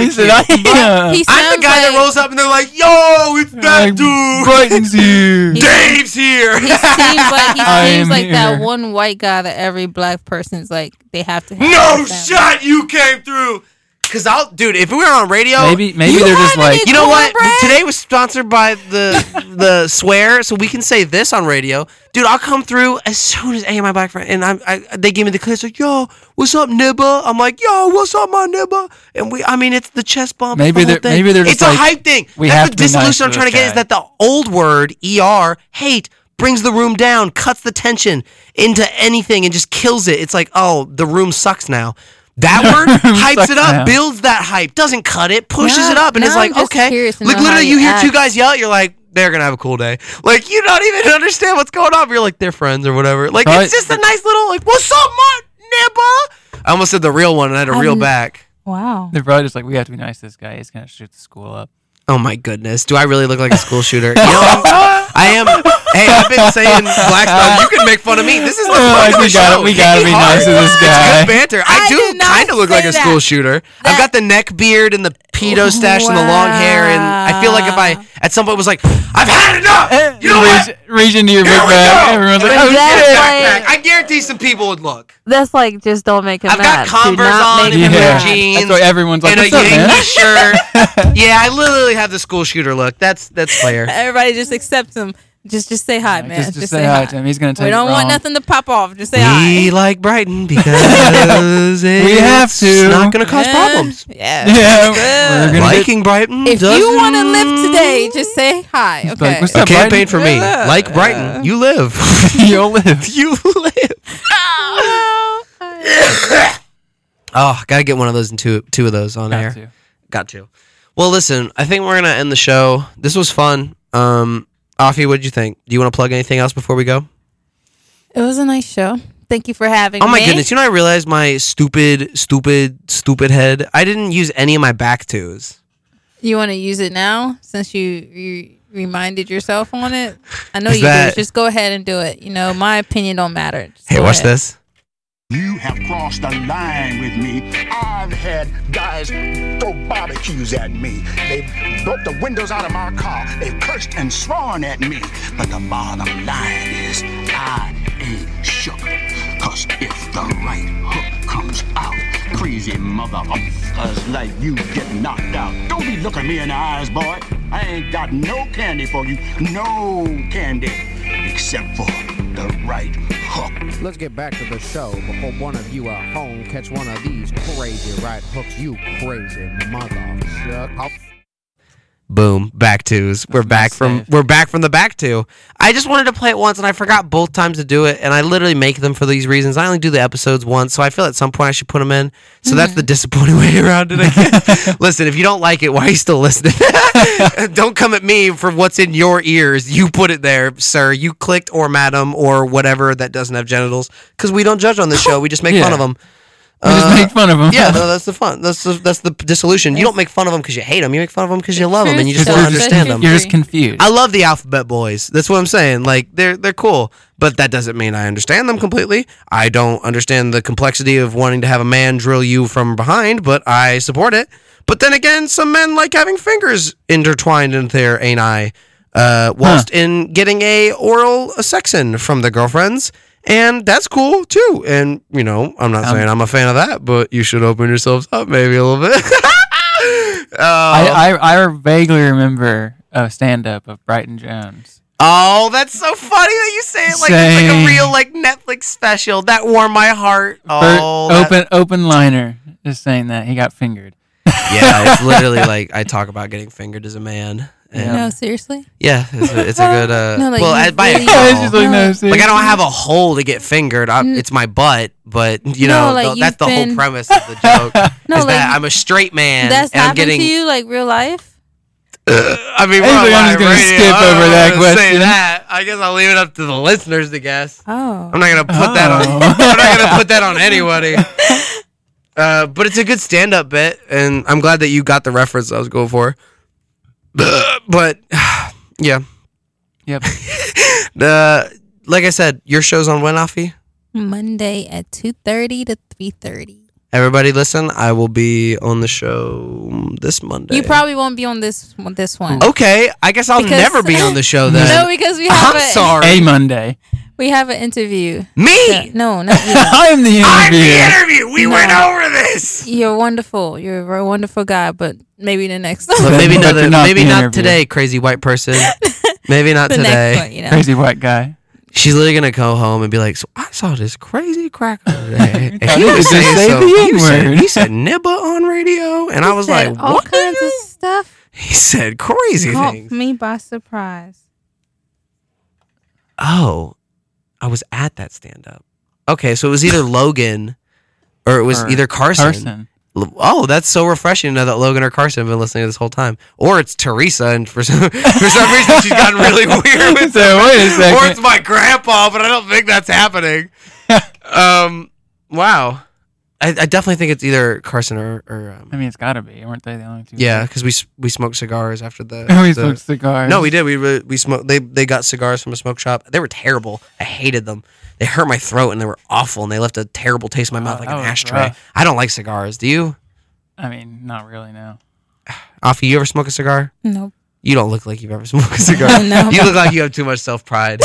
He
host the
said,
barbecue.
"I am." He
I'm the
sounds
guy that rolls up and they're like, "Yo, it's that dude.
Brighton's here.
Dave's here."
He seems like he
I
seems
am
like
here.
that one white guy that every black person's like they have to. Have
No
with them.
shot, you came through. Cause I'll, dude. If we were on radio,
Maybe- maybe You they're just had any like-
you know what? Today was sponsored by the the swear, so we can say this on radio, dude. I'll come through as soon as hey, my black friend, and I'm, I they give me the clips like, yo, what's up, nibba? I'm like, yo, what's up, my nibba? And we, I mean, it's the chest bump.
Maybe
the
they're- maybe they're just
it's a
like,
hype thing.
we
That's
have
the
to be nice
dissolution
to
I'm trying to
this
get is
guy.
that the old word er hate brings the room down, cuts the tension into anything, and just kills it. It's like, oh, the room sucks now. That
The
word
room
hypes
sucks
it up,
now.
builds that hype, doesn't cut it, pushes
Now-
it up, and
now
it's
I'm
like,
just
okay.
curious to
Like
know how
literally,
you
you hear two
act.
guys yell, you're like, they're gonna have a cool day. Like you don't even understand what's going on. but You're like, they're friends or whatever. Like
Right.
it's just a nice little like, what's up, my nibba? I almost said the real one, and I had to reel
I'm-
back.
Wow.
They're probably just like, we have to be nice to this guy. He's going to shoot the school up.
Oh my goodness, do I really look like a school shooter? You know, I'm- I am. Hey, I've been saying black stuff. You can make fun of me. This is the
Like,
fun of
Oh,
the
we gotta-
show.
we gotta
Hit me
be nice to
hard.
this
It's
guy.
good banter. I, do kind of look like a
say
school
that.
shooter. I've got the neck beard and the pedo stash and the long hair, and I feel like if I at some point was like, I've had enough. You know what?
Reach into your big
Here we
bag.
go.
Everyone's like,
Back,
oh,
back,
shit.
back, back. I guarantee some people would look.
That's like just don't make him
I've got
mad. Do
Converse on
not make
and
him
blue
mad.
jeans.
That's why everyone's like,
and a
"What's up,
Yankee
man?"
shirt. yeah, I literally have the school shooter look. That's that's fair.
Everybody just accepts him. Just just say hi, man.
Just, just say hi to him. He's going to take
We don't
it
want
wrong.
nothing to pop off. Just say hi.
We like Brighton because
We have
it's
to.
not going to cause
Yeah.
problems.
Yeah.
Yeah. We're gonna
Liking Brighton
If
doesn't
you want to live today, just say hi.
like,
Okay.
what's up, A campaign Brighton? for me. Like Brighton, you live.
You'll live.
You live. Oh, gotta get one of those and two two of those on
Got
air.
to.
Got to. Well, listen, I think we're gonna end the show. This was fun. Um, Afi, what'd you think? Do you want to plug anything else before we go?
It was a nice show. Thank you for having me.
Oh my goodness! You know, I realized my stupid, stupid, stupid head. I didn't use any of my back twos.
You want to use it now since you you reminded yourself on it? I know
Is
you
that-
do. Just go ahead and do it. You know, my opinion don't matter. Just
Hey,
go
watch
ahead.
this.
You have crossed the line with me. I've had guys throw barbecues at me. They broke the windows out of my car. They cursed and sworn at me. But the bottom line is, I ain't shook. Cause if the right hook comes out, crazy mother of us like you get knocked out. Don't be looking me in the eyes, boy. I ain't got no candy for you. No candy. Except for the right hook.
Let's get back to the show before one of you at home catch one of these crazy right hooks. You crazy motherfucker.
Boom. Back twos. We're back from we're back from the back two. I just wanted to play it once and I forgot both times to do it and I literally make them for these reasons. I only do the episodes once, so I feel at some point I should put them in. So that's
Mm-hmm.
the disappointing way around it again. Listen, if you don't like it, why are you still listening? don't come at me for what's in your ears. You put it there, sir. You clicked or madam or whatever that doesn't have genitals cuz we don't judge on this show. We just make fun
Yeah.
of them.
We
Uh,
just make fun of 'em.
yeah, no, that's the fun. That's the, that's the dissolution. You don't make fun of them because you hate them. You make fun of them because you love them and you just don't
You're
understand them.
You're just confused.
I love the Alphabet Boys. That's what I'm saying. Like they're they're cool, but that doesn't mean I understand them completely. I don't understand the complexity of wanting to have a man drill you from behind, but I support it. But then again, some men like having fingers intertwined in their ani, uh, whilst in getting a oral section from their girlfriends. And that's cool too. And you know, I'm not
Um,
saying I'm a fan of that, but you should open yourselves up maybe a little bit. Uh,
I, I, I vaguely remember a stand up of Brighton Jones.
Oh, that's so funny that you say it like it's like a
Same.
real like Netflix special. That warmed my heart.
Bert-
Oh, that-
open open liner. Just saying that he got fingered.
yeah, it's literally like I talk about getting fingered as a man. and-
No, seriously?
Yeah, it's a, it's a good. Uh,
No, like,
well,
you
I, by a
really-
girl.
She's like, no,
like I
seriously.
don't have a hole to get fingered. I, it's my butt, but you
No,
know
like,
th- that's
you've
the
been-
whole premise of the joke.
No,
is
like,
that I'm a straight man
That's
and I'm
happened
getting.
to you, like real life?
I mean, we're
Basically,
on
I'm
live
just gonna
radio.
skip
I don't
over
know
that
what to say
question.
that. I guess I'll leave it up to the listeners to guess.
Oh.
I'm not gonna put that
Oh.
on. I'm not gonna put that on anybody. Uh, but it's a good stand-up bit, and I'm glad that you got the reference I was going for. But yeah,
yep.
uh, like I said, your show's on when, Afi?
Monday at 2.30 to 3.30.
Everybody, listen. I will be on the show this Monday.
You probably won't be on this one- this one.
okay. I guess I'll
Because-
never be on the show then.
No, because we have
I'm
a-
sorry.
A Monday.
We have an interview.
Me?
no, not you.
I'm the interview.
We went over this.
You're wonderful. You're a wonderful guy, but maybe the next
But maybe
But
not.
you're not
Maybe
the
not
interview.
today, crazy white person. maybe not
The next
today.
one, you know. Crazy
white guy.
She's literally gonna go home and be like, "So I saw this crazy cracker today, and
thought
he
he
was
was gonna
saying
say
so,
the
he, said,
N-word."
he said nibba on radio," and I was like,
all
"What?"
kinds of stuff.
He said crazy
Caught
things.
me by surprise.
Oh, I was at that stand up. Okay, so it was either Logan or it was
Or
either Carson.
Carson.
L- Oh, that's so refreshing to know that Logan or Carson have been listening this whole time. Or it's Teresa, and for some, for some reason she's gotten really weird with
So,
it.
wait a second.
Or it's my grandpa, but I don't think that's happening. um, wow. I, I definitely think it's either Carson or. or um,
I mean, it's got to be. Weren't they the only two?
yeah, because we s- we smoked cigars after the.
We
the-
smoked cigars.
No, we did. We re- we smoked. They they got cigars from a smoke shop. They were terrible. I hated them. They hurt my throat and they were awful and they left a terrible taste in my mouth like
Uh, that
an
was
ashtray.
rough.
I don't like cigars. Do you,
I mean, not really. No.
Afi? You ever smoke a cigar?
Nope.
You don't look like you've ever smoked a cigar.
Oh, No.
You look like you have too much self pride.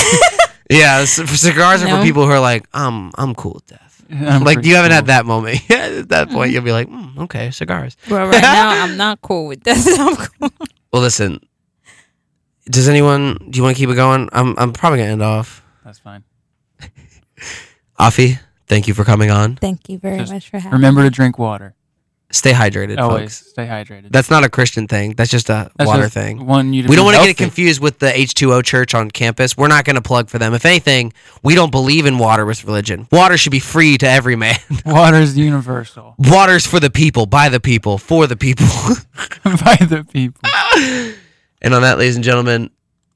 yeah, c- cigars are
No.
for people who are like, um, I'm cool with death.
I'm
like
pretty
you haven't had that moment. yet. At that point, you'll be like, mm, okay, cigars.
Well, right now I'm not cool with that. I'm cool.
Well, listen. Does anyone? Do you want to keep it going? I'm. I'm probably gonna end off.
That's fine.
Afi, thank you for coming on.
Thank you very
Just
much for having.
Remember to drink water.
Stay hydrated,
Always
folks.
stay hydrated.
That's not a Christian thing. That's just a
That's
water
just
thing.
one you to
we don't
be
want to get it
healthy.
confused with the H2O church on campus. We're not going to plug for them. If anything, we don't believe in water with religion. Water should be free to every man.
Water is universal.
Water's for the people, by the people, for the people.
by the people.
and on that, ladies and gentlemen,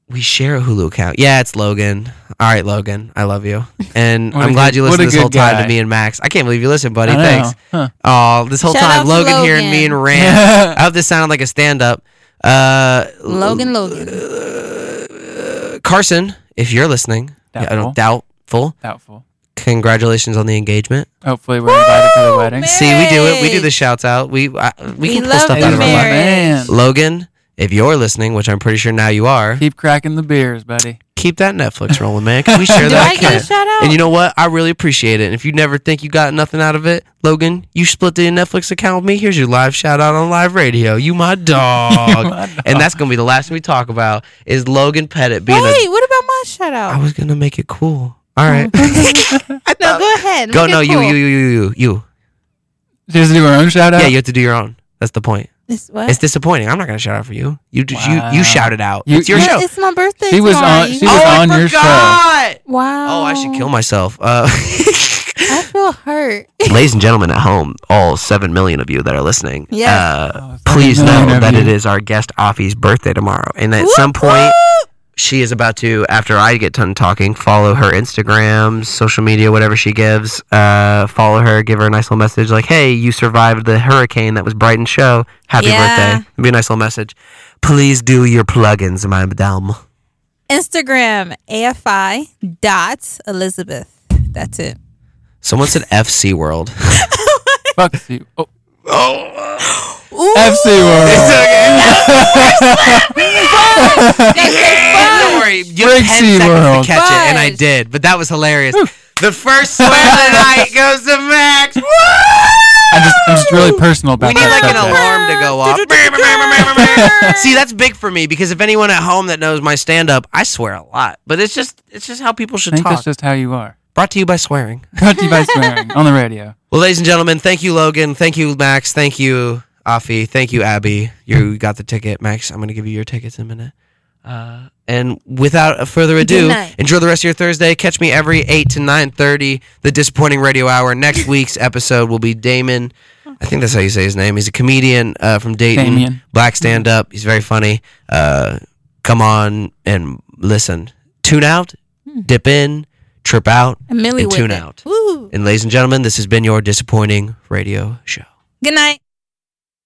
we share a Hulu account. Yeah, it's Logan. All right, Logan, I love you, and
What a
I'm glad
good-
you listened
what a
this whole
good
time to
guy.
me and Max. I can't believe you listened, buddy.
I know.
Thanks.
Huh.
Oh, this whole
Shout out
time,
to
Logan, here and
Logan.
me and rant. I hope this sounded like a stand-up. Uh,
Logan, Logan.
Carson, if you're listening, yeah, I don't doubtful.
Doubtful. Oh,
Congratulations on the engagement.
Hopefully, we're invited to the wedding.
See, we do it. We do the shouts out. We I, we,
We
can pull
love
stuff out of our
marriage.
butt.
Man.
Logan, if you're listening, which I'm pretty sure now you are,
Keep cracking the beers, buddy.
keep that Netflix rolling, man. Can we share
Do
that
I get a
account?
shout out?
And you know what? I really appreciate it. And if you never think you got nothing out of it, Logan, you split the Netflix account with me. Here's your live shout out on live radio. You my dog. And that's gonna be the last thing we talk about is Logan Pettit being a
Wait, what about my shout out?
I was gonna make it cool. All right.
no, go ahead.
Go.
Make it
No, you,
cool.
you, you, you, you, you.
Just do our own shout out.
Yeah, you have to do your own. That's the point.
It's what?
It's disappointing. I'm not gonna shout out for you. You, just you, you shouted out.
You-
it's your
you-
show.
It's my birthday.
She was on.
tomorrow.
She was on your show.
Wow.
Oh, I should kill myself. Uh,
I feel hurt.
ladies and gentlemen at home, all seven million of you that are listening,
Yes.
uh, please know
Oh, million of
that
you.
it is our guest Afi's birthday tomorrow, and at
Whoop,
some point. She is about to, after I get done talking, follow her Instagram, social media, whatever she gives. Uh, follow her, give her a nice little message like, "Hey, you survived the hurricane that was Brighton show. Happy
Yeah.
birthday!" It'd be a nice little message. Please do your plugins, madame.
Instagram afi dot elizabeth. That's it.
Someone said FC World.
Fuck you. Oh.
FC World. Don't worry, you had 10
Brixie
seconds
World.
to catch it, and I did. But that was hilarious. the first swear of the night goes to Max. Woo!
I'm just, I'm just really personal about
We need
that.
like an
subject.
alarm to go off. See, that's big for me because if anyone at home that knows my stand up, I swear a lot. But it's just it's just how people
I
should
think that's
talk.
just how you are.
Brought to you by swearing.
Brought to you by swearing on the radio.
Well, ladies and gentlemen, thank you, Logan. Thank you, Max. Thank you, Afi. Thank you, Abby. You got the ticket, Max. I'm going to give you your tickets in a minute. Uh, and without further ado,
Good night.
enjoy the rest of your Thursday. Catch me every eight to nine thirty, the disappointing radio hour. Next week's episode will be Damon. I think that's how you say his name. He's a comedian uh, from Dayton,
Damien.
black stand up. He's very funny. Uh, come on and listen. Tune out, dip in, trip out,
A Millie
and
with
tune
it.
out.
Woo.
And ladies and gentlemen, this has been your disappointing radio show.
Good night.